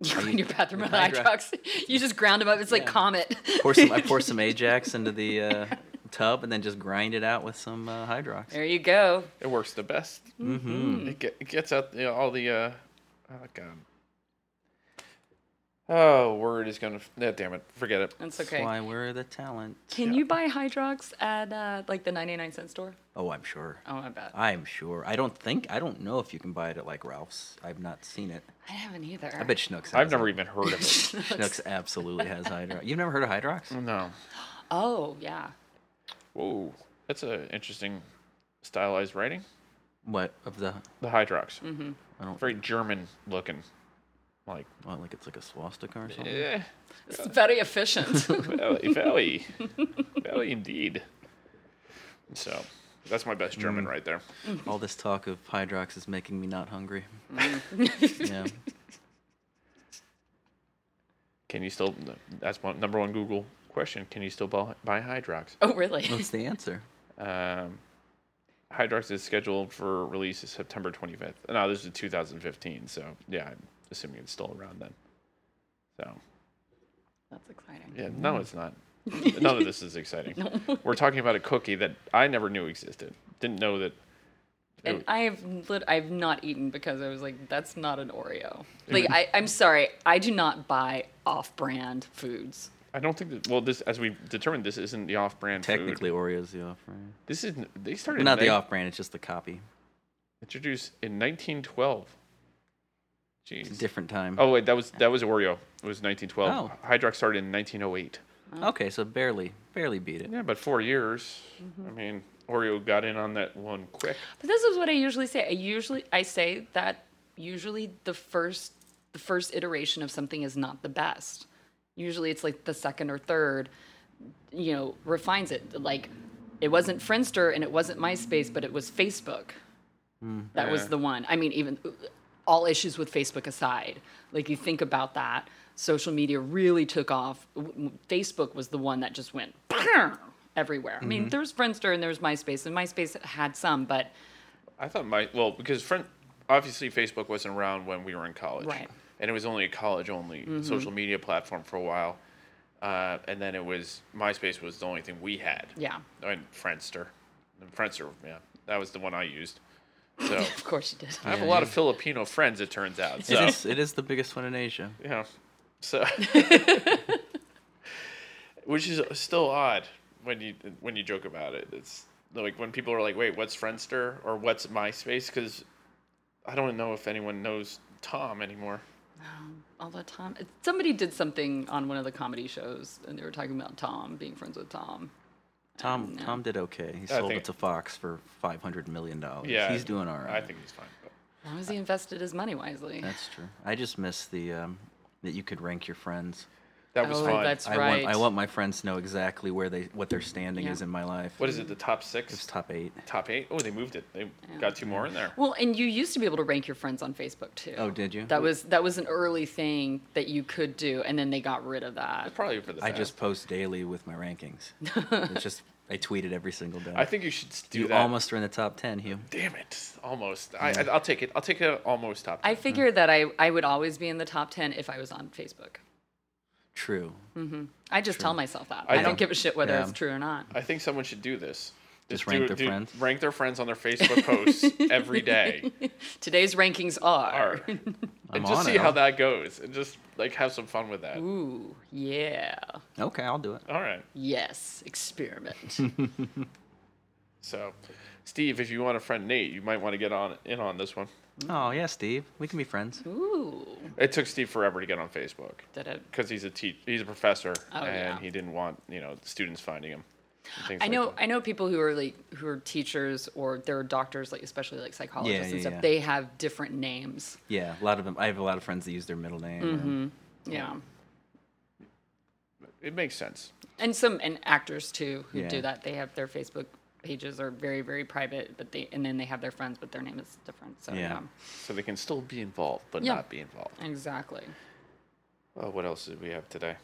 Speaker 1: You clean your bathroom with
Speaker 2: Hydrox.
Speaker 1: Hydrox. You just ground them up. It's like
Speaker 2: Yeah.
Speaker 1: Comet.
Speaker 2: Pour some. I pour some Ajax into the uh, tub and then just grind it out with some uh, Hydrox.
Speaker 1: There you go.
Speaker 3: It works the best. Mm-hmm. It, get, it gets out you know, all the. Uh, oh God. Oh, word is gonna. f- No, damn it, forget it.
Speaker 1: That's okay.
Speaker 2: Why we're the talent.
Speaker 1: Can you buy Hydrox at uh, like the 99 cent store?
Speaker 2: Oh, I'm sure.
Speaker 1: Oh, I bet.
Speaker 2: I'm sure. I don't think. I don't know if you can buy it at like Ralph's. I've not seen it.
Speaker 1: I haven't either.
Speaker 2: I bet Schnucks. Has
Speaker 3: I've never
Speaker 2: it.
Speaker 3: even heard of it.
Speaker 2: Schnucks absolutely has Hydrox. You've never heard of Hydrox?
Speaker 3: no.
Speaker 1: Oh, yeah.
Speaker 3: Whoa, that's a interesting stylized writing.
Speaker 2: What of the?
Speaker 3: The Hydrox.
Speaker 2: I don't.
Speaker 3: Very German looking. Like
Speaker 2: What, like it's like a swastika or something.
Speaker 3: eh,
Speaker 1: It's very efficient.
Speaker 3: valley, valley, valley indeed. So that's my best German
Speaker 2: Mm.
Speaker 3: right there.
Speaker 2: All this talk of Hydrox is making me not hungry.
Speaker 3: Mm.
Speaker 2: yeah.
Speaker 3: Can you still? That's one number one Google question. Can you still buy, buy Hydrox?
Speaker 1: oh, really?
Speaker 2: What's the answer?
Speaker 3: Um, Hydrox is scheduled for release is September 25th. No, this is 2015. So yeah, I'm assuming it's still around then. So
Speaker 1: That's exciting.
Speaker 3: yeah, no, it's not. None of this is exciting. We're talking about a cookie that I never knew existed. Didn't know that.
Speaker 1: And I have lit- I've not eaten because I was like, that's not an
Speaker 2: Mm.
Speaker 1: Oreo. Like, I, I'm sorry, I do not buy off-brand foods.
Speaker 3: I don't think that. Well, this as we determined, this isn't the off-brand. food.
Speaker 2: Technically, Oreo's the off-brand.
Speaker 3: this is they started
Speaker 2: Well, not the
Speaker 3: nin-
Speaker 2: off-brand. It's just the copy.
Speaker 3: introduced in 1912. Jeez.
Speaker 2: Different time.
Speaker 3: Oh wait, that was that was Oreo. It was 1912.
Speaker 2: Oh.
Speaker 3: Hydrox started in 1908.
Speaker 2: Okay, so barely, barely beat it.
Speaker 3: Yeah, but four years. I mean, Oreo got in on that one quick.
Speaker 1: But this is what I usually say. I usually I say that usually the first the first iteration of something is not the best. Usually it's like the second or third, you know, refines it. Like it wasn't Friendster and it wasn't MySpace, but it was Facebook. That was
Speaker 3: Yeah.
Speaker 1: the one. I mean, even all issues with Facebook aside, like you think about that, social media really took off. W- w- Facebook was the one that just went everywhere. I mean, there was Friendster and there was MySpace, and MySpace had some, but
Speaker 3: I thought my well because friend obviously Facebook wasn't around when we were in college,
Speaker 1: Right.
Speaker 3: And it was only a college only social media platform for a while, uh, and then it was MySpace was the only thing we had.
Speaker 1: yeah,
Speaker 3: and Friendster, and Friendster, yeah, that was the one I used. So
Speaker 1: of course you did.
Speaker 3: I have a lot of Filipino friends, it turns out. So
Speaker 2: It is, it is the biggest one in Asia.
Speaker 3: yeah, so which is still odd when you when you joke about it. It's like when people are like, "Wait, what's Friendster or what's MySpace?" Because I don't know if anyone knows Tom anymore.
Speaker 1: Although Tom, somebody did something on one of the comedy shows, and they were talking about Tom being friends with Tom.
Speaker 2: Tom Tom did okay. He sold
Speaker 3: think-
Speaker 2: it to Fox for five hundred million dollars.
Speaker 3: Yeah,
Speaker 2: he's doing all
Speaker 3: I
Speaker 2: right.
Speaker 3: think he's fine. But
Speaker 1: As long as he invested his money wisely.
Speaker 2: Uh, That's true. I just miss the um, that you could rank your friends.
Speaker 3: that was
Speaker 1: Oh,
Speaker 3: fun.
Speaker 1: that's-
Speaker 2: I
Speaker 1: Right.
Speaker 2: want I want my friends to know exactly where they what their standing
Speaker 1: Yeah.
Speaker 2: is in my life.
Speaker 3: what is it? The top six,
Speaker 2: It's top eight.
Speaker 3: top eight? Oh, they moved it. They got two more in there.
Speaker 1: Well, and you used to be able to rank your friends on Facebook too.
Speaker 2: Oh, did you?
Speaker 1: That was that was an early thing that you could do, and then they got rid of that.
Speaker 3: Probably for the.
Speaker 2: I
Speaker 3: best.
Speaker 2: just post daily with my rankings. it's just I tweet it every single day.
Speaker 3: I think you should do
Speaker 2: you
Speaker 3: that.
Speaker 2: almost are in the top ten, Hugh.
Speaker 3: Damn it! Almost. I, I, I'll take it. I'll take a almost top.
Speaker 1: I figured that I, I would always be in the top ten if I was on Facebook.
Speaker 2: True.
Speaker 1: I just tell myself that.
Speaker 3: I
Speaker 1: I, don't
Speaker 3: think-
Speaker 1: give a shit whether
Speaker 2: yeah.
Speaker 1: it's true or not.
Speaker 3: I think someone should do this.
Speaker 2: Just rank their friends?
Speaker 3: Rank their friends on their Facebook posts every day.
Speaker 1: Today's rankings are.
Speaker 3: Or-
Speaker 2: I'm
Speaker 3: and just
Speaker 2: on
Speaker 3: see
Speaker 2: it.
Speaker 3: how
Speaker 2: I'll-
Speaker 3: that goes, and just like have some fun with that.
Speaker 1: Ooh, yeah.
Speaker 2: Okay, I'll do it.
Speaker 3: All right.
Speaker 1: Yes, experiment.
Speaker 3: So, Steve, if you want to friend Nate, you might want to get on in on this one.
Speaker 2: Oh yeah, Steve, we can be friends.
Speaker 1: Ooh.
Speaker 3: It took Steve forever to get on Facebook
Speaker 1: Did it-
Speaker 3: because he's a te- he's a professor,
Speaker 1: Oh,
Speaker 3: and
Speaker 1: yeah.
Speaker 3: he didn't want you know students finding him. and things
Speaker 1: I
Speaker 3: like
Speaker 1: know
Speaker 3: that.
Speaker 1: I know people who are like who are teachers or they're doctors, like especially like psychologists and
Speaker 2: yeah,
Speaker 1: stuff.
Speaker 2: yeah.
Speaker 1: They have different names.
Speaker 2: Yeah, a lot of them. I have a lot of friends that use their middle name. or-
Speaker 1: Mm-hmm. Yeah.
Speaker 3: It makes sense.
Speaker 1: And some and actors too who do
Speaker 2: Yeah.
Speaker 1: that. They have their Facebook pages are very, very private, but they and then they have their friends, but their name is different. So yeah.
Speaker 2: Yeah.
Speaker 3: So they can still be involved, but
Speaker 1: Yeah.
Speaker 3: not be involved.
Speaker 1: Exactly.
Speaker 3: Oh, what else did we have today?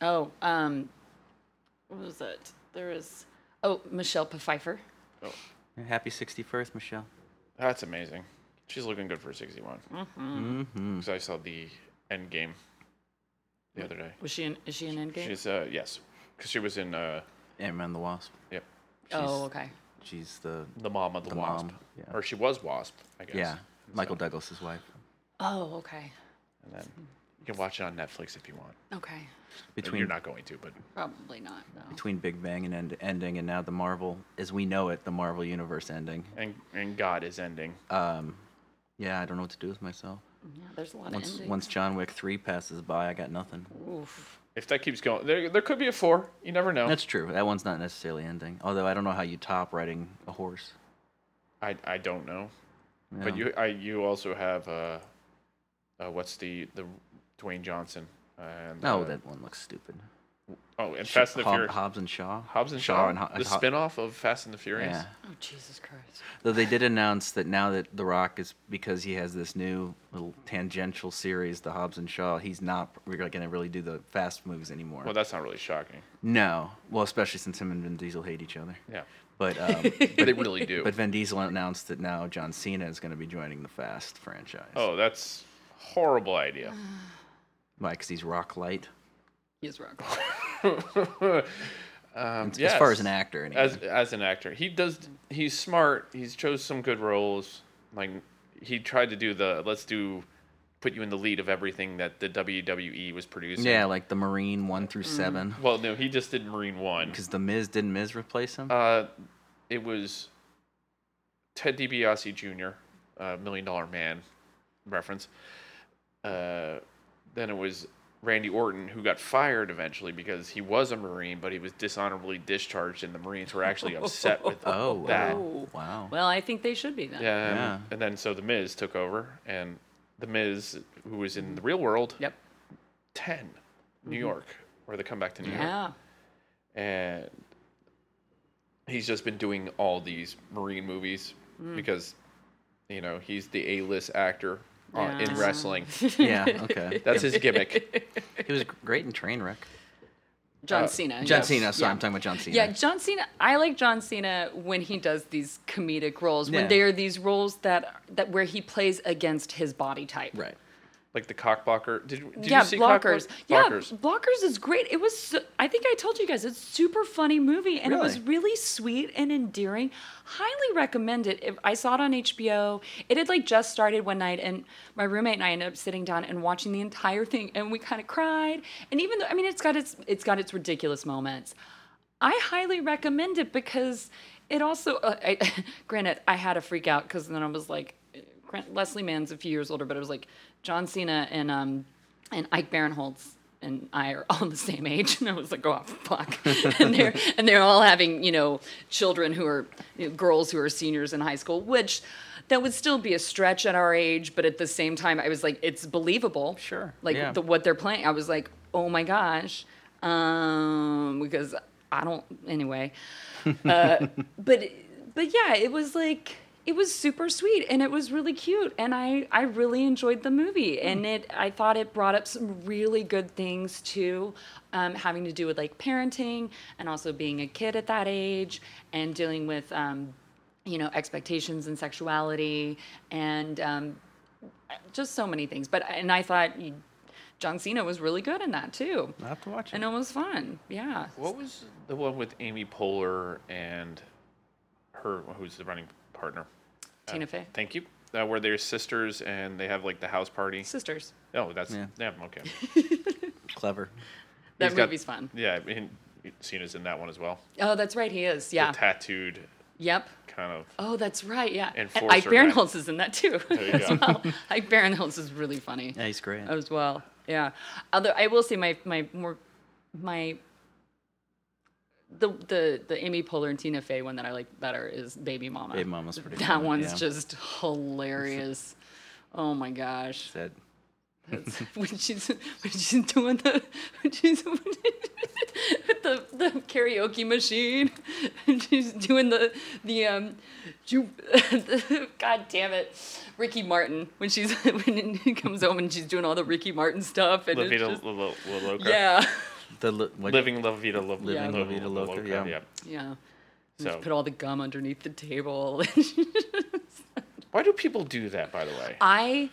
Speaker 1: Oh, um what was it? There is oh, Michelle Pfeiffer.
Speaker 3: Oh,
Speaker 2: Happy 61st, Michelle.
Speaker 3: that's amazing. She's looking good for 61. Because
Speaker 2: Mm-hmm.
Speaker 3: I saw the end game the other day.
Speaker 1: Was she in is she in Endgame?
Speaker 3: She's, uh, yes, because she was in, uh,
Speaker 2: Ant Man the Wasp.
Speaker 3: yep,
Speaker 1: oh,
Speaker 2: she's-
Speaker 1: okay.
Speaker 2: She's the
Speaker 3: The Mom of the,
Speaker 2: The
Speaker 3: Wasp.
Speaker 2: Mom, yeah.
Speaker 3: Or she was Wasp, I guess.
Speaker 2: yeah Michael
Speaker 3: So,
Speaker 2: Douglas's wife.
Speaker 1: Oh, okay.
Speaker 3: And then you can watch it on Netflix if you want.
Speaker 1: Okay.
Speaker 3: Between,
Speaker 2: Between
Speaker 3: You're not going to, but
Speaker 1: Probably not. No.
Speaker 2: between Big Bang and end, ending, and now the Marvel, as we know it, the Marvel universe ending. Um,
Speaker 3: and and God is ending.
Speaker 2: Uh, Yeah, I don't know what to do with myself.
Speaker 1: Yeah, there's a lot of
Speaker 2: Once
Speaker 1: endings.
Speaker 2: once John Wick three passes by, I got nothing.
Speaker 1: Oof.
Speaker 3: if that keeps going, there there could be a four. You never know.
Speaker 2: That's true. That one's not necessarily ending. Although I don't know how you top riding a horse.
Speaker 3: I I don't know. But
Speaker 2: know?
Speaker 3: you I you also have uh, uh what's the the Dwayne Johnson and
Speaker 2: No,
Speaker 3: uh,
Speaker 2: that one looks stupid.
Speaker 3: oh and Fast and the
Speaker 2: Hob-
Speaker 3: Furious
Speaker 2: Hobbs and Shaw.
Speaker 3: Hobbs and Shaw,
Speaker 2: Ho-
Speaker 3: the
Speaker 2: Ho-
Speaker 3: spin-off of Fast and the Furious.
Speaker 2: Yeah.
Speaker 1: Oh, Jesus Christ.
Speaker 2: Though they did announce that now that The Rock is because he has this new little tangential series, The Hobbs and Shaw, he's not really going to really do the fast movies anymore.
Speaker 3: Well, that's not really shocking.
Speaker 2: no, well, especially since him and Vin Diesel hate each other.
Speaker 3: Yeah.
Speaker 2: But um,
Speaker 3: But they really do.
Speaker 2: but Vin Diesel announced that now John Cena is going to be joining the Fast franchise.
Speaker 3: oh, that's horrible idea.
Speaker 2: Why? Because he's rock light
Speaker 1: He's rock.
Speaker 2: as far
Speaker 3: Um, Yes.
Speaker 2: as an actor. Anyway.
Speaker 3: as as an actor. He does. He's smart. He's chose some good roles. Like he tried to do the let's do, put you in the lead of everything that the WWE was producing.
Speaker 2: yeah, like the Marine one through seven.
Speaker 3: Well, no, he just did Marine One.
Speaker 2: Because the Miz didn't Miz replace him?
Speaker 3: Uh, it was Ted DiBiase Jr. Uh, Million Dollar Man reference. Uh, then it was Randy Orton who got fired eventually because he was a Marine, but he was dishonorably discharged, and the Marines were actually upset with him.
Speaker 2: oh,
Speaker 3: that-
Speaker 2: wow. wow.
Speaker 1: Well, I think they should be then.
Speaker 3: Yeah. and-
Speaker 2: Yeah.
Speaker 3: And then so the Miz took over, and the Miz, who was in the real world,
Speaker 1: Yep. Mm-hmm.
Speaker 3: ten, New York, where they come back to New York,
Speaker 2: Uh,
Speaker 1: Yeah.
Speaker 3: and he's just been doing all these Marine movies
Speaker 1: Mm.
Speaker 3: because, you know, he's the A-list actor on, in
Speaker 1: Yeah.
Speaker 3: wrestling.
Speaker 2: yeah, okay.
Speaker 3: That's his gimmick.
Speaker 2: He was great in Trainwreck.
Speaker 1: John
Speaker 3: Uh,
Speaker 1: Cena.
Speaker 2: John
Speaker 1: yes.
Speaker 2: Cena. Sorry,
Speaker 1: yeah.
Speaker 2: I'm talking about John Cena.
Speaker 1: Yeah, John Cena. I like John Cena when he does these comedic roles, when
Speaker 2: Yeah.
Speaker 1: they are these roles that that where he plays against his body type.
Speaker 2: Right.
Speaker 3: like the cockblocker. Did, you- did
Speaker 1: yeah,
Speaker 3: you see
Speaker 1: blockers.
Speaker 3: Cockblocker?
Speaker 1: Yeah,
Speaker 3: Blockers.
Speaker 1: blockers is great. It was. So, I think I told you guys it's super funny movie, and it was
Speaker 2: Really?
Speaker 1: really sweet and endearing. Highly recommend it. If- I saw it on HBO. It had like just started one night, and my roommate and I ended up sitting down and watching the entire thing, and we kind of cried. And even though I mean, it's got its it's got its ridiculous moments. I highly recommend it because it also. Uh, I, granted, I had a freak out because then I was like. Grant- Leslie Mann's a few years older, but it was like John Cena and um and Ike Barinholtz and I are all the same age, and I was like, oh fuck, and they're and they're all having you know children who are you know, girls who are seniors in high school, which that would still be a stretch at our age, but at the same time, I was like, it's believable,
Speaker 2: Sure,
Speaker 1: like
Speaker 2: yeah.
Speaker 1: the what they're playing. I was like, oh my gosh, um, because I don't anyway but but yeah, it was like it was super sweet and it was really cute and I I really enjoyed the movie and it I thought it brought up some really good things too, um, having to do with like parenting and also being a kid at that age and dealing with um, you know expectations and sexuality and um, just so many things. But and I thought you- John Cena was really good in that too.
Speaker 2: I have to watch it.
Speaker 1: And it was fun, yeah.
Speaker 3: What was the one with Amy Poehler and her, who's the running partner?
Speaker 1: Tina Fey,
Speaker 3: Thank you. Uh, where they're sisters and they have like the house party.
Speaker 1: sisters.
Speaker 3: Oh, that's
Speaker 2: Yeah.
Speaker 3: yeah. okay.
Speaker 2: Clever.
Speaker 1: That
Speaker 3: He's got-
Speaker 1: movie's fun.
Speaker 3: Yeah, and Cena's in that one as well.
Speaker 1: Oh, that's right. He is. Yeah.
Speaker 3: The tattooed
Speaker 1: yep.
Speaker 3: kind of.
Speaker 1: Oh, that's right. Yeah. And
Speaker 3: Enforcer
Speaker 1: Ike
Speaker 3: guy.
Speaker 1: Barinholtz is in that too.
Speaker 3: There you
Speaker 1: as
Speaker 3: go.
Speaker 1: well. Ike Barinholtz is really funny
Speaker 2: Yeah, he's great.
Speaker 1: as well. Yeah. Although I will say my my more my the the the Amy Poehler and Tina Fey one that I like better is Baby Mama.
Speaker 2: Baby Mama's pretty
Speaker 1: That
Speaker 2: funny,
Speaker 1: one's
Speaker 2: yeah.
Speaker 1: just hilarious. Oh my gosh.
Speaker 2: Said,
Speaker 1: when she's when she's doing the when she's when with the the karaoke machine and she's doing the the um ju- the, god damn it Ricky Martin when she's when he comes home and she's doing all the Ricky Martin stuff and
Speaker 3: La
Speaker 1: it's
Speaker 3: Vida
Speaker 1: just-
Speaker 3: Lo- Lo- Lo- Loca.
Speaker 1: yeah
Speaker 2: the li- what,
Speaker 3: Living La Vida Lo-
Speaker 2: Living
Speaker 3: Lo-
Speaker 2: La Vida Loca, yeah.
Speaker 1: yeah And
Speaker 3: So,
Speaker 1: put all the gum underneath the table
Speaker 3: why do people do that, by the way?
Speaker 1: I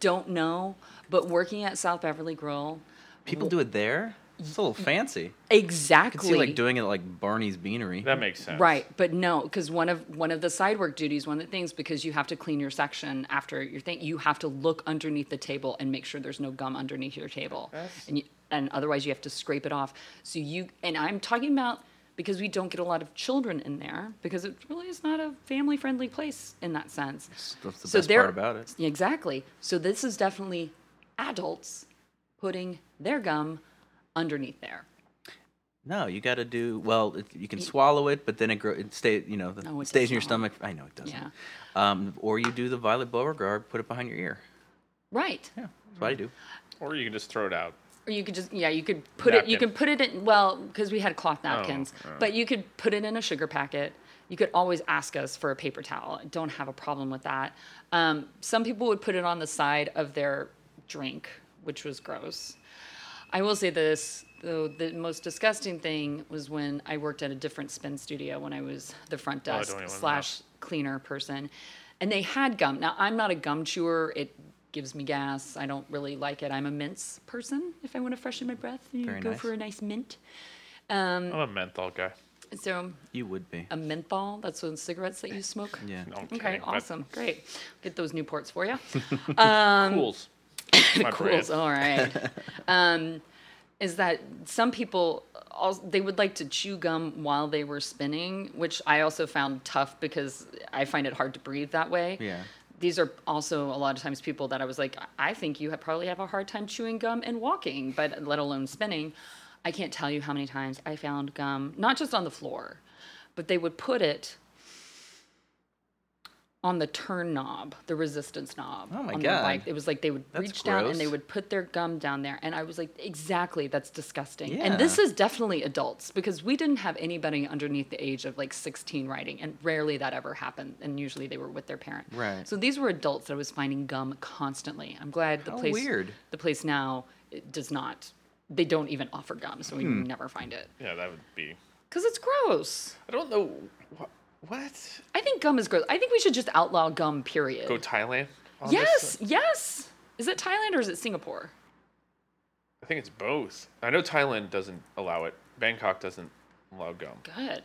Speaker 1: don't know but working at South Beverly Grill
Speaker 2: people do it there. It's a little fancy. I
Speaker 1: exactly
Speaker 2: see, like doing it at, like Barney's Beanery.
Speaker 3: That makes sense.
Speaker 1: Right, but no, because one of one of the side work duties, one of the things, because you have to clean your section after your thing, you have to look underneath the table and make sure there's no gum underneath your table,
Speaker 3: That's-
Speaker 1: and you, and otherwise you have to scrape it off. So you and I'm talking about because we don't get a lot of children in there because it really is not a family friendly place in that sense.
Speaker 2: That's the
Speaker 1: So
Speaker 2: best
Speaker 1: there-
Speaker 2: part about it.
Speaker 1: Exactly. So this is definitely adults putting their gum underneath there.
Speaker 2: No, you got to do well. It, you can swallow it, but then it grow. It stay. You know,
Speaker 1: No, Oh, it
Speaker 2: it stays in your
Speaker 1: does not.
Speaker 2: stomach. I know it doesn't.
Speaker 1: Yeah.
Speaker 2: Um, or you do the Violet Beauregard, put it behind your ear.
Speaker 1: Right.
Speaker 2: Yeah, that's what I do.
Speaker 3: Or you can just throw it out.
Speaker 1: Or you could just yeah, you could put it you
Speaker 3: Napkin. Oh,
Speaker 1: could put it in well because we had cloth napkins, but you could put it in a sugar packet. You could always ask us for a paper towel. I don't have a problem with that. Um, some people would put it on the side of their drink, which was gross. I will say this though: the most disgusting thing was when I worked at a different spin studio when I was the front
Speaker 3: Oh, I don't
Speaker 1: desk
Speaker 3: even know.
Speaker 1: slash cleaner person, and they had gum. Now I'm not a gum chewer. It gives me gas. I don't really like it. I'm a mints person. If I want to freshen my breath, you
Speaker 2: Very
Speaker 1: go
Speaker 2: nice.
Speaker 1: for a nice mint.
Speaker 3: I'm a menthol guy.
Speaker 1: So
Speaker 2: You would be.
Speaker 1: a menthol. That's those cigarettes that you smoke.
Speaker 2: yeah.
Speaker 3: No, I'm
Speaker 1: Okay,
Speaker 3: kidding, but
Speaker 1: awesome, great. Get those Newports for you.
Speaker 3: Cools. My
Speaker 1: Cools,
Speaker 3: brand.
Speaker 1: all right. um, is that some people also, they would like to chew gum while they were spinning, which I also found tough because I find it hard to breathe that way.
Speaker 2: Yeah.
Speaker 1: These are also a lot of times people that I was like, I think you have probably have a hard time chewing gum and walking, but let alone spinning. I can't tell you how many times I found gum, not just on the floor, but they would put it on the turn knob, the resistance knob.
Speaker 2: Oh my
Speaker 1: on their
Speaker 2: God.
Speaker 1: bike. It was like they would
Speaker 2: That's
Speaker 1: reach down and they
Speaker 2: gross.
Speaker 1: would put their gum down there. And I was like, exactly, that's disgusting.
Speaker 2: Yeah.
Speaker 1: And this is definitely adults because we didn't have anybody underneath the age of like 16 riding. And rarely that ever happened. And usually they were with their parent.
Speaker 2: Right.
Speaker 1: So these were adults that was finding gum constantly. I'm glad the
Speaker 2: How
Speaker 1: place
Speaker 2: weird.
Speaker 1: the place now it does not they don't even offer gum, so we
Speaker 2: Hmm.
Speaker 1: never find it.
Speaker 3: Yeah, that would be.
Speaker 1: Because it's gross.
Speaker 3: I don't know. wh- What?
Speaker 1: I think gum is gross. I think we should just outlaw gum, period.
Speaker 3: Go Thailand? on this?
Speaker 1: Yes, yes. Is it Thailand or is it Singapore?
Speaker 3: I think it's both. I know Thailand doesn't allow it. Bangkok doesn't allow gum.
Speaker 1: Good.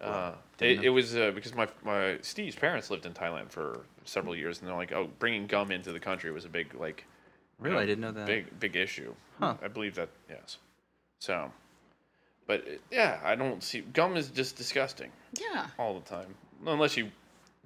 Speaker 3: Uh, it, it was uh, because my my Steve's parents lived in Thailand for several years, and they're like, oh, bringing gum into the country was a big like. you
Speaker 2: Really? I didn't know that.
Speaker 3: Big big issue.
Speaker 2: Huh.
Speaker 3: I believe that yes. So, but uh, yeah, I don't see gum is just disgusting
Speaker 1: Yeah.
Speaker 3: all the time unless you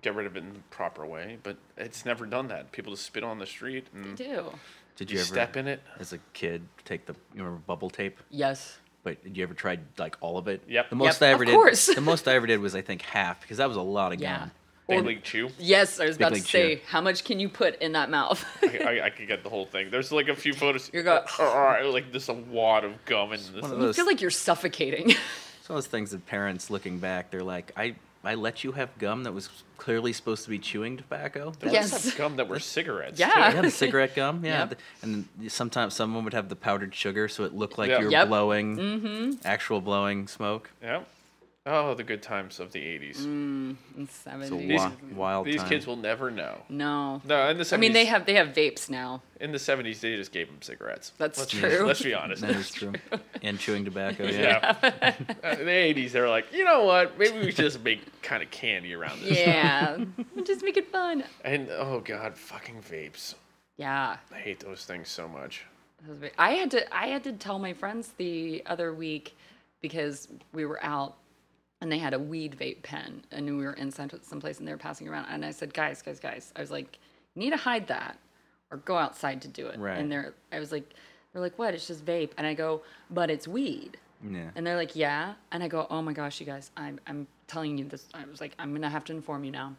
Speaker 3: get rid of it in the proper way, but it's never done that. People just spit on the street
Speaker 1: I
Speaker 3: and
Speaker 1: do.
Speaker 2: Did
Speaker 3: you
Speaker 2: you ever
Speaker 3: step in it.
Speaker 2: as a kid take the you remember bubble tape?
Speaker 1: Yes.
Speaker 2: But did you ever tried like all of it?
Speaker 3: Yep.
Speaker 2: The most
Speaker 1: Yep.
Speaker 2: I ever
Speaker 1: Of
Speaker 2: did.
Speaker 1: course.
Speaker 2: The most I ever did was I think half because that was a lot of
Speaker 1: Yeah.
Speaker 2: gum.
Speaker 3: Big league chew.
Speaker 1: Yes, I was about to
Speaker 2: League
Speaker 1: say,
Speaker 2: chew.
Speaker 1: how much can you put in that mouth?
Speaker 3: I, I, I could get the whole thing. There's like a few photos.
Speaker 1: You're going-
Speaker 3: like this a wad of gum and this.
Speaker 2: One of
Speaker 1: you
Speaker 2: those,
Speaker 1: feel like you're suffocating.
Speaker 2: it's one of those things that parents looking back, they're like, I I let you have gum that was clearly supposed to be chewing tobacco.
Speaker 3: There
Speaker 1: Yes.
Speaker 3: was some gum that were cigarettes.
Speaker 1: Yeah.
Speaker 3: too.
Speaker 2: Yeah, the cigarette gum. Yeah,
Speaker 1: Yep.
Speaker 2: and sometimes someone would have the powdered sugar, so it looked like
Speaker 3: Yep.
Speaker 2: you were
Speaker 1: Yep. Mm-hmm.
Speaker 2: blowing actual blowing smoke.
Speaker 3: Yeah. Oh, the good times of the 80s.
Speaker 1: In
Speaker 2: It's a
Speaker 1: 70s.
Speaker 2: wi- wild.
Speaker 3: These
Speaker 2: Mm, time.
Speaker 3: kids will never know.
Speaker 1: no.
Speaker 3: No, in the 70s.
Speaker 1: I mean, they have they have vapes now.
Speaker 3: in the 70s they just gave them cigarettes.
Speaker 1: That's
Speaker 3: let's,
Speaker 1: true.
Speaker 3: Let's be honest.
Speaker 2: That is true. and chewing tobacco. Yeah.
Speaker 3: Yeah. Uh, in the 80s they were like, "You know what? Maybe we just make kind of candy around this."
Speaker 1: Yeah. Just make it fun.
Speaker 3: And oh god, fucking vapes.
Speaker 1: Yeah.
Speaker 3: I hate those things so much.
Speaker 1: That was big. I had to I had to tell my friends the other week because we were out and they had a weed vape pen and we were in some- someplace and they were passing around and I said, guys, guys, guys, I was like, you need to hide that or go outside to do it.
Speaker 2: Right.
Speaker 1: And they're I was like, they're like, what? It's just vape. And I go, but it's weed.
Speaker 2: Yeah.
Speaker 1: And they're like, yeah. And I go, oh my gosh, you guys, I'm, I'm telling you this. I was like, I'm going to have to inform you now.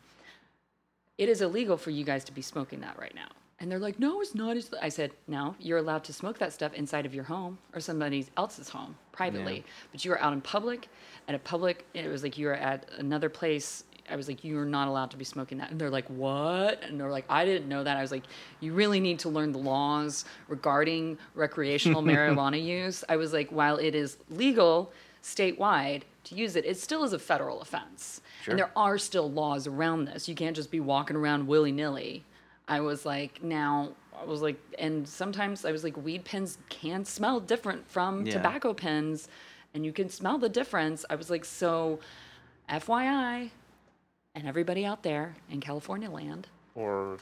Speaker 1: It is illegal for you guys to be smoking that right now. And they're like, no, it's not. It's I said, no, you're allowed to smoke that stuff inside of your home or somebody else's home privately. But you are out in public, at a public, it was like you were at another place. I was like, you're not allowed to be smoking that. And they're like, what? And they're like, I didn't know that. I was like, you really need to learn the laws regarding recreational marijuana use. I was like, while it is legal statewide to use it, it still is a federal offense.
Speaker 2: Sure.
Speaker 1: And there are still laws around this. You can't just be walking around willy nilly. I was like, now, I was like, and sometimes I was like, weed pens can smell different from
Speaker 2: Yeah.
Speaker 1: tobacco pens, and you can smell the difference. I was like, so FYI, and everybody out there in California land,
Speaker 3: Or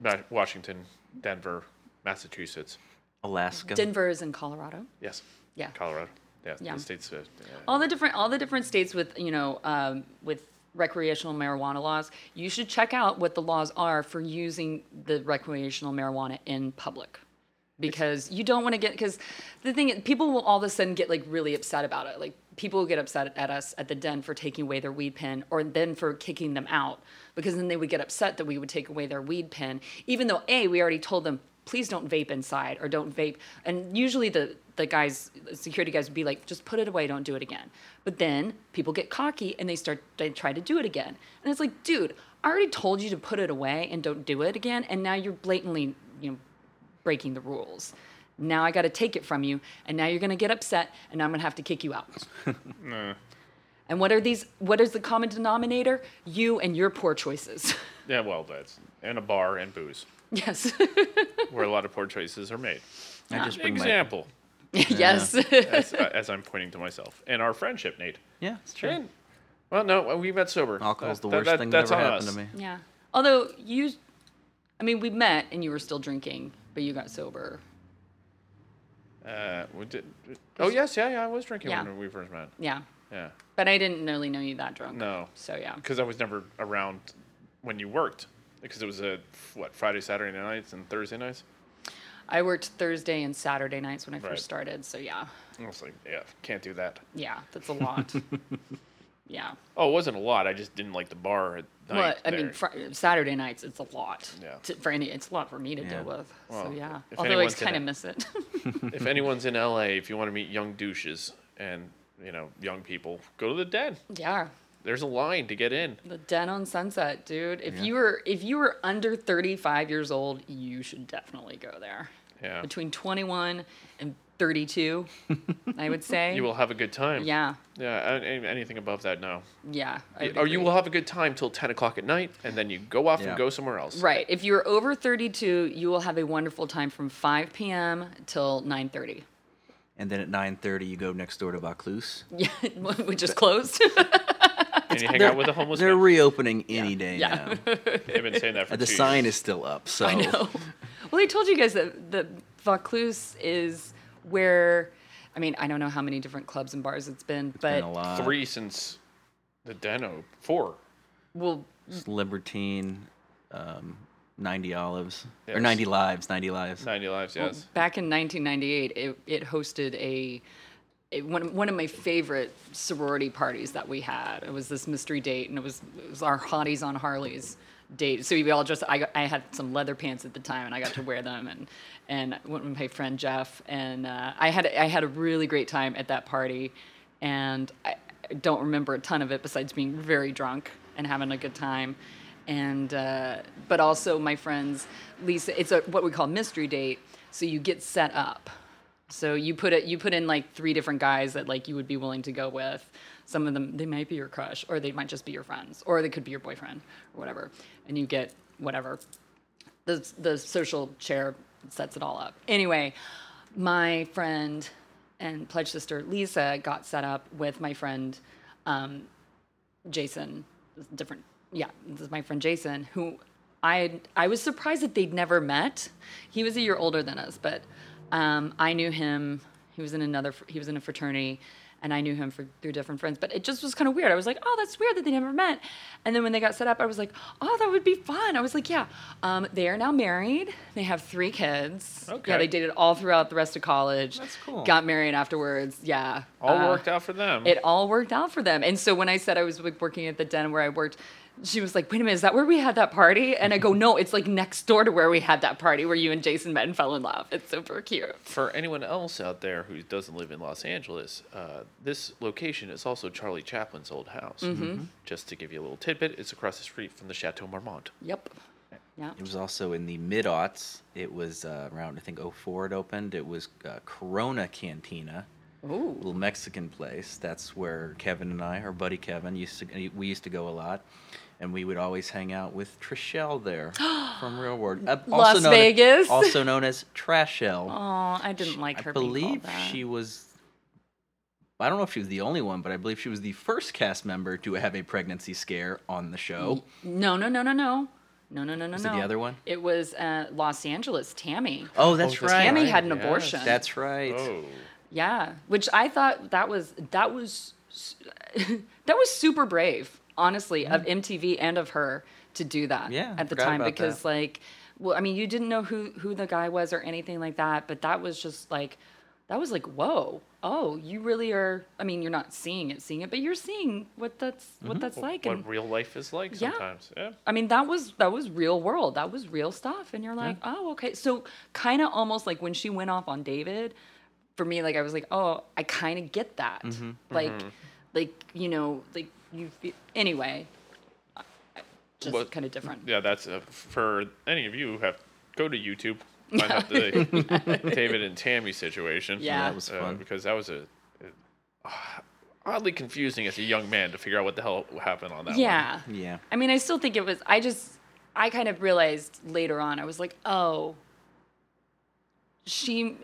Speaker 3: Ma- Washington, Denver, Massachusetts.
Speaker 2: Alaska.
Speaker 1: Denver is in Colorado.
Speaker 3: Yes.
Speaker 1: Yeah.
Speaker 3: Colorado. Yeah.
Speaker 1: Yeah.
Speaker 3: The states. Uh,
Speaker 1: all the different all the different states with you know um, with recreational marijuana laws you should check out what the laws are for using the recreational marijuana in public because you don't want to get because the thing is people will all of a sudden get like really upset about it like people will get upset at us at the den for taking away their weed pen or then for kicking them out because then they would get upset that we would take away their weed pen even though a we already told them please don't vape inside or don't vape and usually the the guys the security guys would be like just put it away don't do it again but then people get cocky and they start they try to do it again and it's like dude i already told you to put it away and don't do it again and now you're blatantly you know breaking the rules. Now I got to take it from you, and now you're going to get upset, and I'm going to have to kick you out. And what are these? What is the common denominator? You and your poor choices.
Speaker 3: yeah. Well, that's and a bar and booze,
Speaker 1: yes.
Speaker 3: where a lot of poor choices are made.
Speaker 2: I just bring my.
Speaker 3: Example,
Speaker 1: yes.
Speaker 3: as, uh, as I'm pointing to myself, and our friendship, Nate.
Speaker 2: Yeah, it's true.
Speaker 3: And, well, no, we met sober.
Speaker 2: Alcohol's
Speaker 3: That-
Speaker 2: the
Speaker 3: that-
Speaker 2: worst
Speaker 3: that-
Speaker 2: thing that
Speaker 3: that's
Speaker 2: ever
Speaker 3: on
Speaker 2: happened
Speaker 3: us.
Speaker 2: to me.
Speaker 1: yeah. Although you, I mean, we met and you were still drinking, but you got sober.
Speaker 3: Uh, we did. Oh yes, yeah, yeah. I was drinking
Speaker 1: Yeah.
Speaker 3: when we first met.
Speaker 1: Yeah.
Speaker 3: Yeah,
Speaker 1: But I didn't really know you that drunk.
Speaker 3: No.
Speaker 1: So yeah.
Speaker 3: because I was never around when you worked, because it was a what Friday, Saturday nights, and Thursday nights.
Speaker 1: I worked Thursday and Saturday nights when I
Speaker 3: Right.
Speaker 1: first started. So yeah.
Speaker 3: I was like, yeah, can't do that.
Speaker 1: Yeah. That's a lot. yeah.
Speaker 3: Oh, it wasn't a lot. I just didn't like the bar at night.
Speaker 1: Well, I mean,
Speaker 3: there.
Speaker 1: fr- Saturday nights, it's a lot.
Speaker 3: Yeah.
Speaker 1: To, for any, it's a lot for me to
Speaker 2: Yeah.
Speaker 1: deal with. so
Speaker 3: Well,
Speaker 1: yeah.
Speaker 3: if
Speaker 1: Although I
Speaker 3: anyone's
Speaker 1: kind of
Speaker 3: gonna-
Speaker 1: miss it.
Speaker 3: if anyone's in LA, if you want to meet young douches and you know young people, go to the den.
Speaker 1: yeah.
Speaker 3: There's a line to get in.
Speaker 1: The den on Sunset, dude. If you were if you were under 35 years old, you should definitely go there.
Speaker 3: Yeah,
Speaker 1: Between 21 and 32, I would say.
Speaker 3: you will have a good time.
Speaker 1: Yeah.
Speaker 3: Yeah, a- a- anything above that, no.
Speaker 1: Yeah. I would
Speaker 3: Or you
Speaker 1: agree.
Speaker 3: will have a good time till 10 o'clock at night, and then you go off
Speaker 2: Yeah.
Speaker 3: and go somewhere else.
Speaker 1: Right. If you're over 32, you will have a wonderful time from 5 p.m. till 9:30.
Speaker 2: And then at 9:30, you go next door to Vaucluse.
Speaker 1: Yeah, which is closed.
Speaker 3: And you hang out with a homeless
Speaker 2: They're
Speaker 3: man.
Speaker 2: reopening any day
Speaker 1: Yeah.
Speaker 2: now. Uh,
Speaker 3: They've been saying that for
Speaker 2: the
Speaker 3: two
Speaker 2: sign
Speaker 3: years.
Speaker 2: is still up, so
Speaker 1: I know. Well, I told you guys that the Vaucluse is where, I mean, I don't know how many different clubs and bars it's been, but
Speaker 2: been a lot.
Speaker 3: three since the Deno. Four.
Speaker 1: well,
Speaker 2: s- Libertine, um, 90 Olives, or
Speaker 3: Yes.
Speaker 2: 90 Lives, 90 Lives.
Speaker 3: 90 Lives, yes.
Speaker 1: Back in 1998, it, it hosted a, it, one, one of my favorite sorority parties that we had. It was this mystery date, and it was, it was our hotties on Harleys date. So we all just, I, got- I had some leather pants at the time, and I got to wear them, and and went with my friend Jeff, and uh, I had I had a really great time at that party, and I I don't remember a ton of it besides being very drunk and having a good time and uh, but also my friends lisa it's a what we call mystery date so you get set up so you put it you put in like three different guys that like you would be willing to go with some of them they might be your crush or they might just be your friends or they could be your boyfriend or whatever and you get whatever the the social chair sets it all up. Anyway, my friend and pledge sister Lisa got set up with my friend um, Jason. This is Different, yeah. This is my friend Jason, who I I was surprised that they'd never met. He was a year older than us, but um, I knew him. He was in another. fr- He was in a fraternity. And I knew him for, through different friends, but it just was kind of weird. I was like, "Oh, that's weird that they never met." And then when they got set up, I was like, "Oh, that would be fun." I was like, "Yeah." Um, they are now married. They have three kids.
Speaker 3: Okay.
Speaker 1: Yeah, they dated all throughout the rest of college.
Speaker 2: That's cool.
Speaker 1: Got married afterwards. Yeah.
Speaker 3: All
Speaker 1: Uh,
Speaker 3: worked out for them.
Speaker 1: it all worked out for them. And so when I said I was like, working at the den where I worked, she was like, "Wait a minute, is that where we had that party?" And I go, "No, it's like next door to where we had that party where you and Jason met and fell in love. It's super cute."
Speaker 3: for anyone else out there who doesn't live in Los Angeles, uh, this location is also Charlie Chaplin's old house.
Speaker 1: Mm-hmm.
Speaker 2: Mm-hmm.
Speaker 3: Just to give you a little tidbit, it's across the street from the Chateau Marmont.
Speaker 1: Yep. Yeah.
Speaker 2: It was also in the mid aughts. It was uh, around, I think, 04 it opened. It was uh, Corona Cantina, a
Speaker 1: Ooh.
Speaker 2: little Mexican place. That's where Kevin and I, our buddy Kevin, used to we used to go a lot. And we would always hang out with Trishelle there from Real World. Uh,
Speaker 1: Las
Speaker 2: known as-
Speaker 1: Vegas?
Speaker 2: also known as Trashelle.
Speaker 1: Oh, I didn't like her.
Speaker 2: I
Speaker 1: being called
Speaker 2: believe
Speaker 1: that.
Speaker 2: she was. I don't know if she was the only one, but I believe she was the first cast member to have a pregnancy scare on the show.
Speaker 1: No, no, no, no, no, no, no, no, no.
Speaker 2: Was it the
Speaker 1: no.
Speaker 2: other one?
Speaker 1: It was uh, Los Angeles. Tammy.
Speaker 2: Oh, that's
Speaker 3: that's
Speaker 2: right.
Speaker 1: Tammy
Speaker 3: right,
Speaker 1: had an
Speaker 3: yes.
Speaker 1: abortion.
Speaker 2: That's right.
Speaker 3: Oh.
Speaker 1: Yeah, which I thought that was that was s- that was super brave, honestly, of MTV and of her to do that
Speaker 2: Yeah,
Speaker 1: at the
Speaker 2: forgot
Speaker 1: time
Speaker 2: about
Speaker 1: because
Speaker 2: that.
Speaker 1: like well, I mean, you didn't know who who the guy was or anything like that, but that was just like that was like whoa. Oh, you really are I mean, you're not seeing it, seeing it, but you're seeing what that's
Speaker 2: Mm-hmm.
Speaker 1: what that's like and
Speaker 3: what real life is like
Speaker 1: Yeah.
Speaker 3: sometimes. Yeah.
Speaker 1: I mean, that was that was real world. That was real stuff. And you're like, oh, okay. So kind of almost like when she went off on David, for me, like I was like, oh, I kind of get that.
Speaker 3: Mm-hmm.
Speaker 1: Like, like you know, like you. Feel, anyway, I- I- just
Speaker 3: What-
Speaker 1: kind of different.
Speaker 3: Yeah, that's uh, for any of you who have go to YouTube, find out the David and Tammy situation.
Speaker 1: Yeah.
Speaker 2: That was
Speaker 3: Uh,
Speaker 2: fun.
Speaker 3: because that was a, a- uh, oddly confusing as a young man to figure out what the hell happened on that. one.
Speaker 1: Yeah.
Speaker 2: Yeah.
Speaker 1: I mean, I still think it was. I just, I kind of realized later on. I was like, oh, she,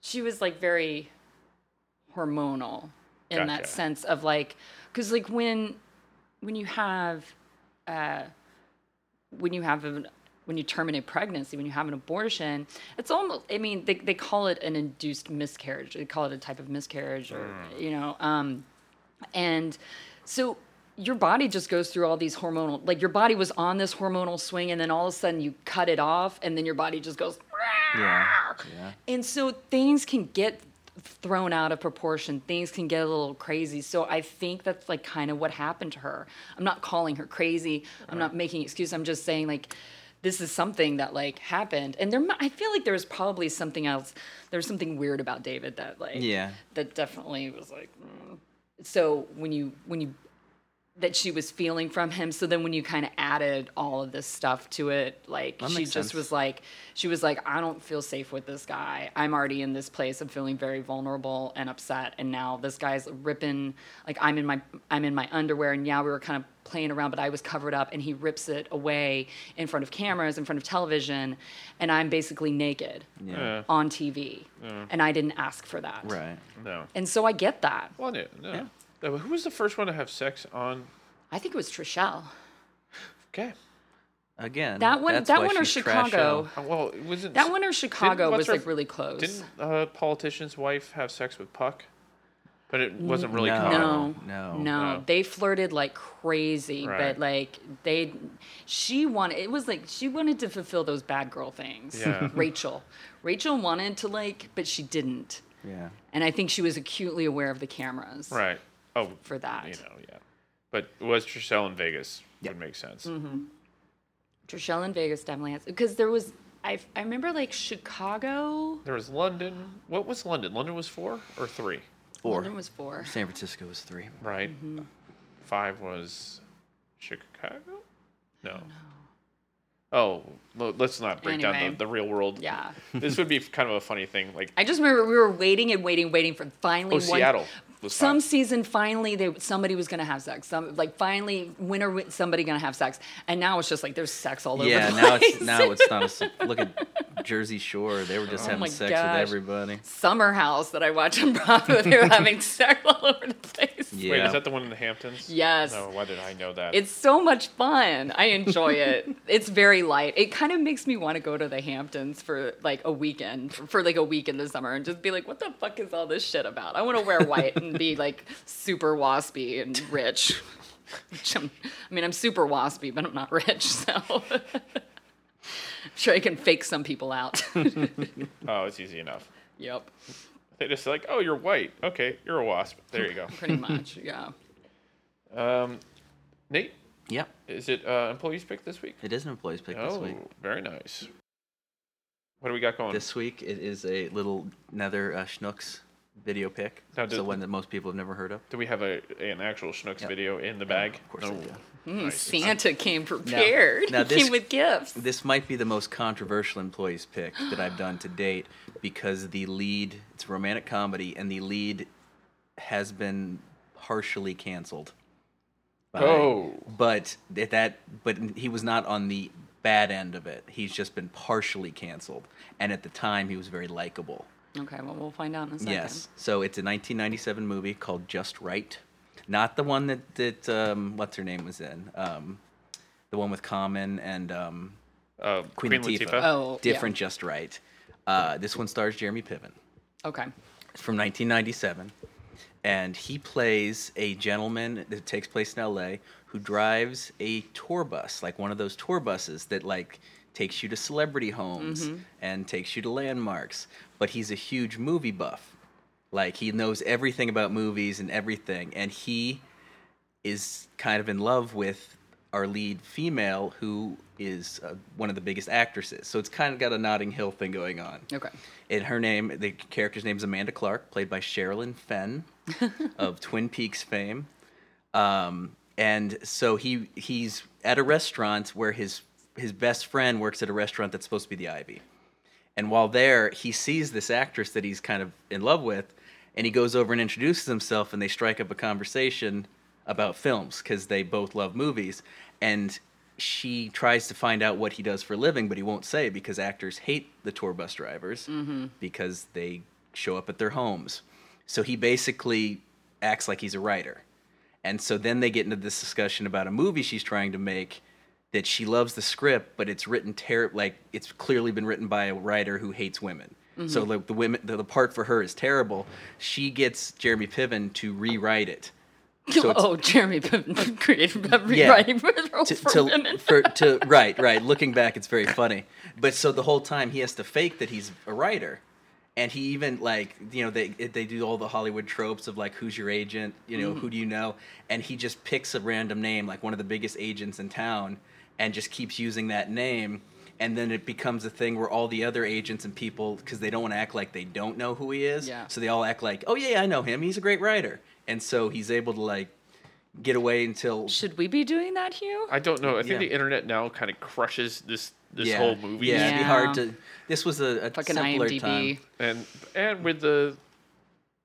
Speaker 1: she was like very hormonal in that
Speaker 3: Gotcha.
Speaker 1: sense of like, because like when, when you have, uh, when you have an when you terminate pregnancy, when you have an abortion, it's almost, I mean, they, they call it an induced miscarriage. They call it a type of miscarriage or, you know, um, and so your body just goes through all these hormonal, like your body was on this hormonal swing, and then all of a sudden you cut it off, and then your body just goes.
Speaker 2: Yeah. Yeah.
Speaker 1: And so things can get thrown out of proportion. Things can get a little crazy. So I think that's like kind of what happened to her. I'm not calling her crazy. I'm not making excuses. I'm just saying like this is something that like happened. And there mi- I feel like there was probably something else. There was something weird about David that like
Speaker 2: Yeah.
Speaker 1: that definitely was like mm. so when you when you that she was feeling from him. So then when you kind of added all of this stuff to it, like
Speaker 2: That
Speaker 1: she
Speaker 2: makes
Speaker 1: just
Speaker 2: sense.
Speaker 1: was like, she was like, I don't feel safe with this guy. I'm already in this place. I'm feeling very vulnerable and upset. And now this guy's ripping, like I'm in my, I'm in my underwear. And yeah, we were kind of playing around, but I was covered up and he rips it away in front of cameras, in front of television. And I'm basically naked
Speaker 3: Yeah.
Speaker 1: on TV. And I didn't ask for that.
Speaker 2: Right.
Speaker 3: No.
Speaker 1: And so I get that.
Speaker 3: Well, no. no. Uh, Who was the first one to have sex on?
Speaker 1: I think it was Trishelle.
Speaker 3: Okay.
Speaker 2: Again.
Speaker 1: That one-
Speaker 2: that's
Speaker 1: that
Speaker 2: why
Speaker 1: one or
Speaker 2: she's
Speaker 1: Chicago.
Speaker 2: trashy.
Speaker 3: Uh, Well, it wasn't
Speaker 1: That one or Chicago
Speaker 3: what's
Speaker 1: was
Speaker 3: her- uh,
Speaker 1: like really close.
Speaker 3: Didn't a politician's wife have sex with Puck? but it wasn't really
Speaker 2: No.
Speaker 3: common.
Speaker 1: Mm, No,
Speaker 2: Oh, no, Oh.
Speaker 1: no,
Speaker 3: no.
Speaker 1: They flirted like crazy,
Speaker 3: Right.
Speaker 1: but like they, she wanted. It was like she wanted to fulfill those bad girl things.
Speaker 3: Yeah.
Speaker 1: Rachel, Rachel wanted to like, but she didn't.
Speaker 2: Yeah.
Speaker 1: And I think she was acutely aware of the cameras.
Speaker 3: Right. Oh,
Speaker 1: For that.
Speaker 3: You know, yeah. But was Trishelle in Vegas
Speaker 2: Yeah.
Speaker 3: would make sense.
Speaker 1: Mm-hmm. Trishelle in Vegas definitely has because there was. I I remember like Chicago.
Speaker 3: There was London. What was London? London was four or three,
Speaker 2: Four.
Speaker 1: London was four.
Speaker 2: San Francisco was three.
Speaker 3: right?
Speaker 1: Mm-hmm.
Speaker 3: Five was Chicago. No. Oh, well, let's not break down
Speaker 1: Anyway.
Speaker 3: the, the real world.
Speaker 1: Yeah.
Speaker 3: This would be kind of a funny thing. Like,
Speaker 1: I just remember we were waiting and waiting, waiting for finally
Speaker 3: oh,
Speaker 1: one.
Speaker 3: Seattle was
Speaker 1: some
Speaker 3: five.
Speaker 1: season finally they somebody was gonna have sex some like finally winner win- somebody gonna have sex and now it's just like there's sex all over
Speaker 2: Yeah,
Speaker 1: the
Speaker 2: now
Speaker 1: place.
Speaker 2: it's now it's not a s- look at Jersey Shore. They were just having
Speaker 1: Oh my
Speaker 2: sex
Speaker 1: gosh.
Speaker 2: with everybody.
Speaker 1: summer house that i watch on bravo they were having sex all over the place
Speaker 2: Yeah.
Speaker 3: Wait, is that the one in the Hamptons?
Speaker 1: Yes.
Speaker 3: No, why did I know that?
Speaker 1: it's so much fun i enjoy it it's very light it kind of makes me want to go to the hamptons for like a weekend for, for like a week in the summer and just be like what the fuck is all this shit about i want to wear white and be like super waspy and rich Which I'm, I mean, I'm super waspy, but I'm not rich, so I'm sure I can fake some people out.
Speaker 3: oh, it's easy enough.
Speaker 1: yep,
Speaker 3: They just like, oh, you're white. Okay, you're a wasp. There you go.
Speaker 1: pretty much. Yeah.
Speaker 3: Um, Nate,
Speaker 2: Yep.
Speaker 3: is it uh, employees pick this week?
Speaker 2: It is an employee's pick this
Speaker 3: oh,
Speaker 2: week.
Speaker 3: very nice. What do we got going?
Speaker 2: This week it is a little Nether uh, Schnooks video pick.
Speaker 3: Now,
Speaker 2: so
Speaker 3: did-
Speaker 2: one that most people have never heard of.
Speaker 3: do we have a an actual Schnooks
Speaker 2: Yeah.
Speaker 3: video in the bag?
Speaker 2: Of course I do.
Speaker 1: Mm,
Speaker 3: Nice.
Speaker 1: Santa came prepared.
Speaker 2: now
Speaker 1: he
Speaker 2: this-
Speaker 1: came with gifts.
Speaker 2: This might be the most controversial employees pick that I've done to date because the lead, it's a romantic comedy, and the lead has been partially canceled. by-
Speaker 3: Oh.
Speaker 2: But that- that, but he was not on the bad end of it. He's just been partially canceled, and at the time he was very likable.
Speaker 1: Okay, well, we'll find out in a second.
Speaker 2: Yes. So it's a 1997 movie called Just Right, not the one that that um, what's her name was in, um, the one with Common and um,
Speaker 3: Uh,
Speaker 2: Queen, Latifah.
Speaker 1: Oh, yeah.
Speaker 2: different. Just Right. Uh, this one stars Jeremy Piven.
Speaker 1: Okay.
Speaker 2: It's from 1997, and he plays a gentleman that takes place in L.A. who drives a tour bus, like one of those tour buses that like takes you to celebrity homes and takes you to landmarks. But he's a huge movie buff, like he knows everything about movies and everything, and he is kind of in love with our lead female who is uh, one of the biggest actresses. So it's kind of got a Notting Hill thing going on.
Speaker 1: Okay.
Speaker 2: And her name, the character's name is Amanda Clark, played by Sherilyn Fenn of Twin Peaks fame. Um, and so he he's at a restaurant where his his best friend works at a restaurant that's supposed to be the Ivy. And while there, he sees this actress that he's kind of in love with, and he goes over and introduces himself, and they strike up a conversation about films because they both love movies. And she tries to find out what he does for a living, but he won't say because actors hate the tour bus drivers because they show up at their homes. So he basically acts like he's a writer. And so then they get into this discussion about a movie she's trying to make that she loves the script, but it's written ter- like it's clearly been written by a writer who hates women. So like the women, the, the part for her is terrible. She gets Jeremy Piven to rewrite it. So it's-
Speaker 1: oh, Jeremy Piven created rewriting for,
Speaker 2: to,
Speaker 1: for
Speaker 2: to-
Speaker 1: women.
Speaker 2: for- to- right, right. Looking back, it's very funny. But so the whole time he has to fake that he's a writer, and he even like you know they they do all the Hollywood tropes of like who's your agent, you know
Speaker 1: Mm.
Speaker 2: who do you know, and he just picks a random name like one of the biggest agents in town, and just keeps using that name. And then it becomes a thing where all the other agents and people, because they don't want to act like they don't know who he is,
Speaker 1: Yeah.
Speaker 2: so they all act like, oh yeah, I know him. He's a great writer, and so he's able to like get away until
Speaker 1: Should we be doing that, Hugh?
Speaker 3: I don't know. I think
Speaker 2: Yeah.
Speaker 3: the internet now kind of crushes this this whole movie.
Speaker 2: Yeah, it'd be hard
Speaker 1: Yeah.
Speaker 2: to. This was a, a
Speaker 1: Fucking
Speaker 2: simpler
Speaker 1: IMDb.
Speaker 2: time.
Speaker 3: And and with the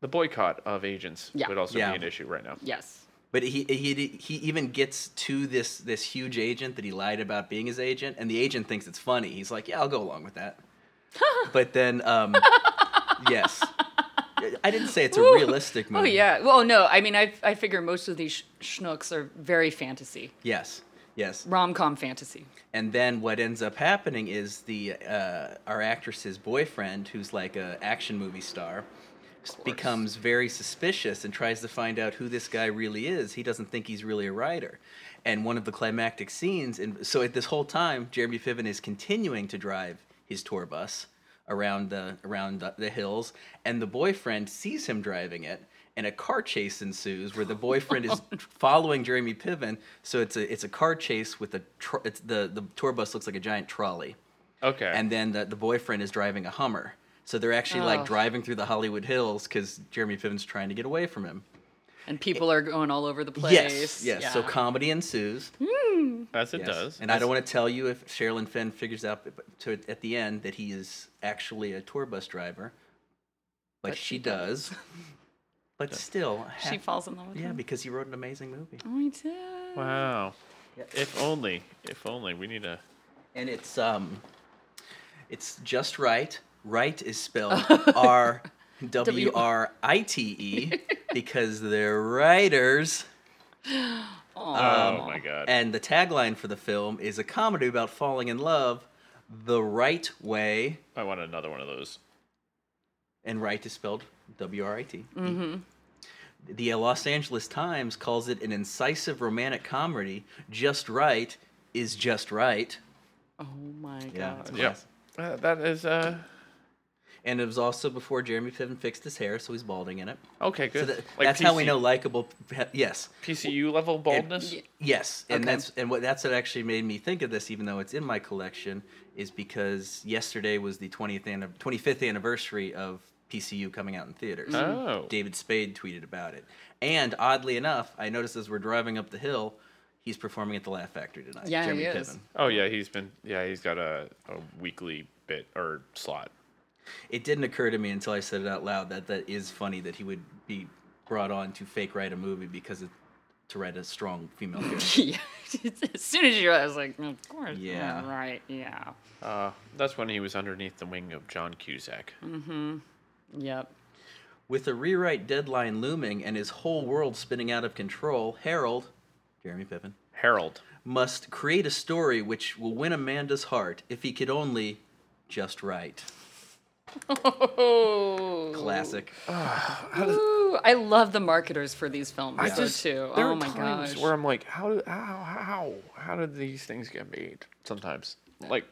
Speaker 3: the boycott of agents
Speaker 1: Yeah.
Speaker 3: would also
Speaker 2: Yeah.
Speaker 3: be an issue right now.
Speaker 1: Yes.
Speaker 2: But he he he even gets to this this huge agent that he lied about being his agent, and the agent thinks it's funny. He's like, "Yeah, I'll go along with that." but then, um, yes, I didn't say it's a
Speaker 1: Ooh.
Speaker 2: realistic movie.
Speaker 1: Oh yeah. Well, no. I mean, I I figure most of these sh- schnooks are very fantasy,
Speaker 2: Yes. Yes.
Speaker 1: rom com fantasy.
Speaker 2: And then what ends up happening is the uh, our actress's boyfriend, who's like a action movie star,
Speaker 1: course.
Speaker 2: becomes very suspicious and tries to find out who this guy really is. He doesn't think he's really a writer. And one of the climactic scenes, and so at this whole time, Jeremy Piven is continuing to drive his tour bus around the around the, the hills, and the boyfriend sees him driving it. And a car chase ensues where the boyfriend is following Jeremy Piven. So it's a it's a car chase with a tr- it's the the tour bus looks like a giant trolley
Speaker 3: Okay.
Speaker 2: and then the, the boyfriend is driving a Hummer. So they're actually
Speaker 1: Oh.
Speaker 2: like driving through the Hollywood Hills because Jeremy Piven's trying to get away from him.
Speaker 1: and people are going all over the place.
Speaker 2: Yes, yes. So
Speaker 1: Yeah.
Speaker 2: comedy ensues.
Speaker 3: As it
Speaker 2: Yes.
Speaker 3: does.
Speaker 2: And I don't want to tell you if Sherilyn Fenn figures out b- to, at the end that he is actually a tour bus driver, like
Speaker 1: But
Speaker 2: she does. but still, I
Speaker 1: she
Speaker 2: have-
Speaker 1: falls in love with
Speaker 2: Yeah,
Speaker 1: him.
Speaker 2: because he wrote an amazing movie,
Speaker 1: Oh, he did.
Speaker 3: Wow. If only. If only. We need a.
Speaker 2: and it's um, it's just right. Right is spelled R W R I T E because they're writers.
Speaker 3: Oh, my god.
Speaker 2: Um, And the tagline for the film is a comedy about falling in love the right way.
Speaker 3: I want another one of those.
Speaker 2: And right is spelled W R I T. The uh, Los Angeles Times calls it an incisive romantic comedy. Just right is just right.
Speaker 1: Oh my
Speaker 2: Yeah,
Speaker 1: god.
Speaker 2: it's
Speaker 3: Yeah.
Speaker 2: Yes.
Speaker 3: Uh, that is uh
Speaker 2: And it was also before Jeremy Piven fixed his hair, so he's balding in it.
Speaker 3: okay,
Speaker 2: So
Speaker 3: good.
Speaker 2: that, that's how we know likable. Yes.
Speaker 3: PCU level baldness.
Speaker 1: Ye-
Speaker 2: Yes, and
Speaker 1: Okay.
Speaker 2: that's and what that's what actually made me think of this, even though it's in my collection, is because yesterday was the twentieth twenty fifth anniversary of PCU coming out in theaters.
Speaker 3: Oh.
Speaker 2: David Spade tweeted about it, and oddly enough, I noticed as we're driving up the hill, he's performing at the Laugh Factory tonight.
Speaker 1: Yeah, he is.
Speaker 3: Oh yeah, he's been yeah, he's got a, a weekly bit or slot.
Speaker 2: It didn't occur to me until I said it out loud that that is funny that he would be brought on to fake write a movie because of, to write a strong female character.
Speaker 1: Yeah. as soon as you, I was like, of course.
Speaker 2: Yeah.
Speaker 1: Yeah. Right. Yeah.
Speaker 3: Uh, that's when he was underneath the wing of John Cusack.
Speaker 1: Yep.
Speaker 2: With a rewrite deadline looming and his whole world spinning out of control, Harold, Jeremy Piven,
Speaker 3: Harold.
Speaker 2: must create a story which will win Amanda's heart if he could only just write.
Speaker 1: Oh.
Speaker 2: Classic.
Speaker 1: Ooh, I love the marketers for these films though, too.
Speaker 3: there
Speaker 1: Oh
Speaker 3: are
Speaker 1: my
Speaker 3: times
Speaker 1: gosh.
Speaker 3: Where I'm like, how do how how how did these things get made? Sometimes like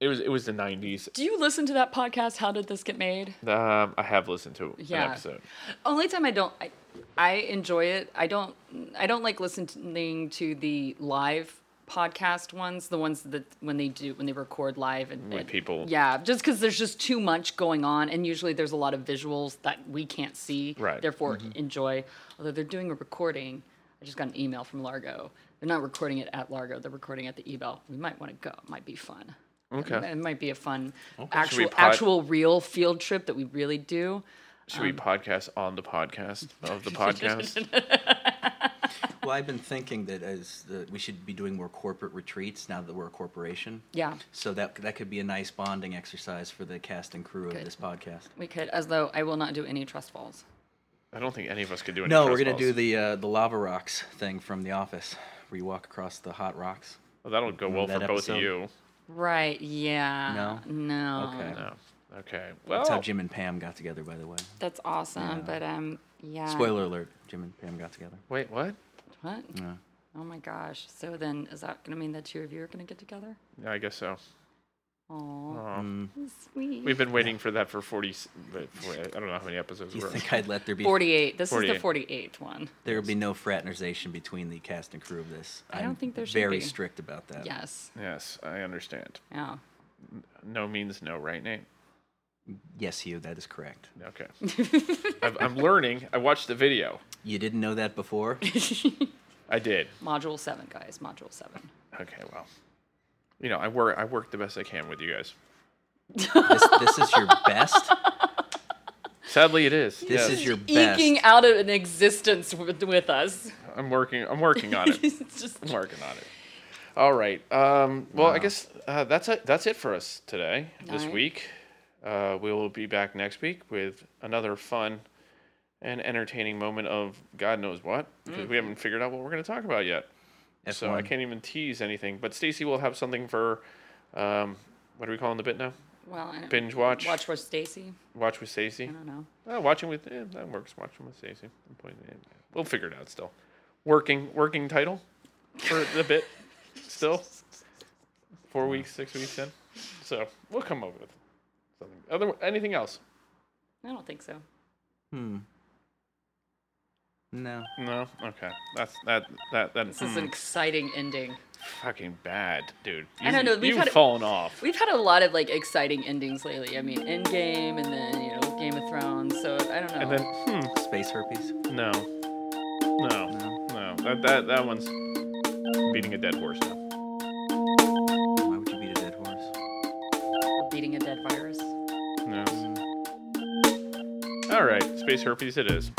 Speaker 3: it was it was the 90s.
Speaker 1: Do you listen to that podcast? How did this get made?
Speaker 3: Um, I have listened to
Speaker 1: Yeah.
Speaker 3: an episode.
Speaker 1: Only time I don't I, I enjoy it. I don't I don't like listening to the live podcast ones, the ones that when they do when they record live and
Speaker 3: With
Speaker 1: and-
Speaker 3: people.
Speaker 1: Yeah, just because there's just too much going on, and usually there's a lot of visuals that we can't see.
Speaker 3: Right.
Speaker 1: Therefore, enjoy. Although they're doing a recording, I just got an email from Largo. They're not recording it at Largo. They're recording at the Ebel. We might want to go. It might be fun.
Speaker 3: Okay.
Speaker 1: It, it might be a fun
Speaker 3: Should we
Speaker 1: actual
Speaker 3: pod-
Speaker 1: actual real field trip that we really do.
Speaker 3: Should
Speaker 1: Um,
Speaker 3: we podcast on the podcast of the podcast?
Speaker 2: Well, I've been thinking that as the, we should be doing more corporate retreats now that we're a corporation.
Speaker 1: Yeah.
Speaker 2: So that that could be a nice bonding exercise for the cast and crew of
Speaker 1: Good.
Speaker 2: this podcast.
Speaker 1: We could, as though I will not do any trust falls.
Speaker 3: I don't think any of us could do any
Speaker 2: No, we're
Speaker 3: trust
Speaker 2: gonna do
Speaker 3: falls.
Speaker 2: the uh, the lava rocks thing from The Office, where you walk across the hot rocks.
Speaker 3: Well, that'll go well for
Speaker 2: that
Speaker 3: both of
Speaker 2: episode?
Speaker 3: you.
Speaker 1: Right, yeah.
Speaker 2: No?
Speaker 1: No.
Speaker 2: Okay.
Speaker 3: No. Oh, Okay. Well,
Speaker 1: Oh.
Speaker 2: That's how Jim and Pam got together, by the way.
Speaker 1: That's awesome, but um, yeah.
Speaker 2: Spoiler alert: Jim and Pam got together.
Speaker 3: wait, what?
Speaker 1: What? Oh my gosh. So then, is that going to mean the two of you are going to get together?
Speaker 3: Yeah, I guess so.
Speaker 1: Oh,
Speaker 2: Mm.
Speaker 1: sweet.
Speaker 3: We've been waiting for that for 40. s- wait, wait, I don't know how many episodes
Speaker 2: Do you
Speaker 3: we're
Speaker 2: think I'd let there be?
Speaker 1: 48. This is the
Speaker 3: 48.
Speaker 1: 48 one.
Speaker 2: There will be no fraternization between the cast and crew of this. I
Speaker 1: don't think there should
Speaker 2: very
Speaker 1: be.
Speaker 2: strict about that.
Speaker 1: Yes.
Speaker 3: Yes, I understand.
Speaker 1: Yeah.
Speaker 3: No means no, right, Nate?
Speaker 2: Yes, Hugh, that is correct.
Speaker 3: Okay. I've, I'm learning. I watched the video.
Speaker 2: You didn't know that before.
Speaker 3: I did.
Speaker 1: Module seven, guys. Module seven.
Speaker 3: Okay, well. You know, I work I work the best I can with you guys.
Speaker 2: this, this is your best.
Speaker 3: Sadly it is.
Speaker 2: This
Speaker 3: yes.
Speaker 2: is your best.
Speaker 1: Eking out of an existence with, with us.
Speaker 3: I'm working I'm working on it.
Speaker 1: it's just
Speaker 3: I'm working on it. All right. Um, well, I guess uh, that's it. That's it for us today. This
Speaker 1: Alright.
Speaker 3: week, uh, we will be back next week with another fun and entertaining moment of God knows what because we haven't figured out what we're going to talk about yet. So I
Speaker 2: F1.
Speaker 3: can't even tease anything. But Stacy will have something for um, what are we calling the bit now?
Speaker 1: Well, I don't-
Speaker 3: Binge watch.
Speaker 1: Watch with Stacy.
Speaker 3: Watch with Stacy.
Speaker 1: I don't know.
Speaker 3: Uh, watching with eh, that works. Watching with Stacy. I'm putting it in. We'll figure it out still. Working working title for the bit still. Four weeks, six weeks in. So we'll come up with something. Other anything else?
Speaker 1: I don't think so.
Speaker 2: Hmm. No.
Speaker 3: No. Okay. That's that that that hmm.
Speaker 1: This is an exciting ending.
Speaker 3: fucking bad, dude.
Speaker 1: I don't know,
Speaker 3: You've-
Speaker 1: we've
Speaker 3: You've
Speaker 1: had-
Speaker 3: fallen off.
Speaker 1: We've had a lot of like exciting endings lately. I mean, Endgame and then you know Game of Thrones. So I don't know.
Speaker 3: And then hmm.
Speaker 2: Space herpes.
Speaker 3: No. No. No. That that that one's beating a dead horse now.
Speaker 2: Why would you beat a dead horse?
Speaker 1: beating a dead virus.
Speaker 3: No. All right, space herpes it is.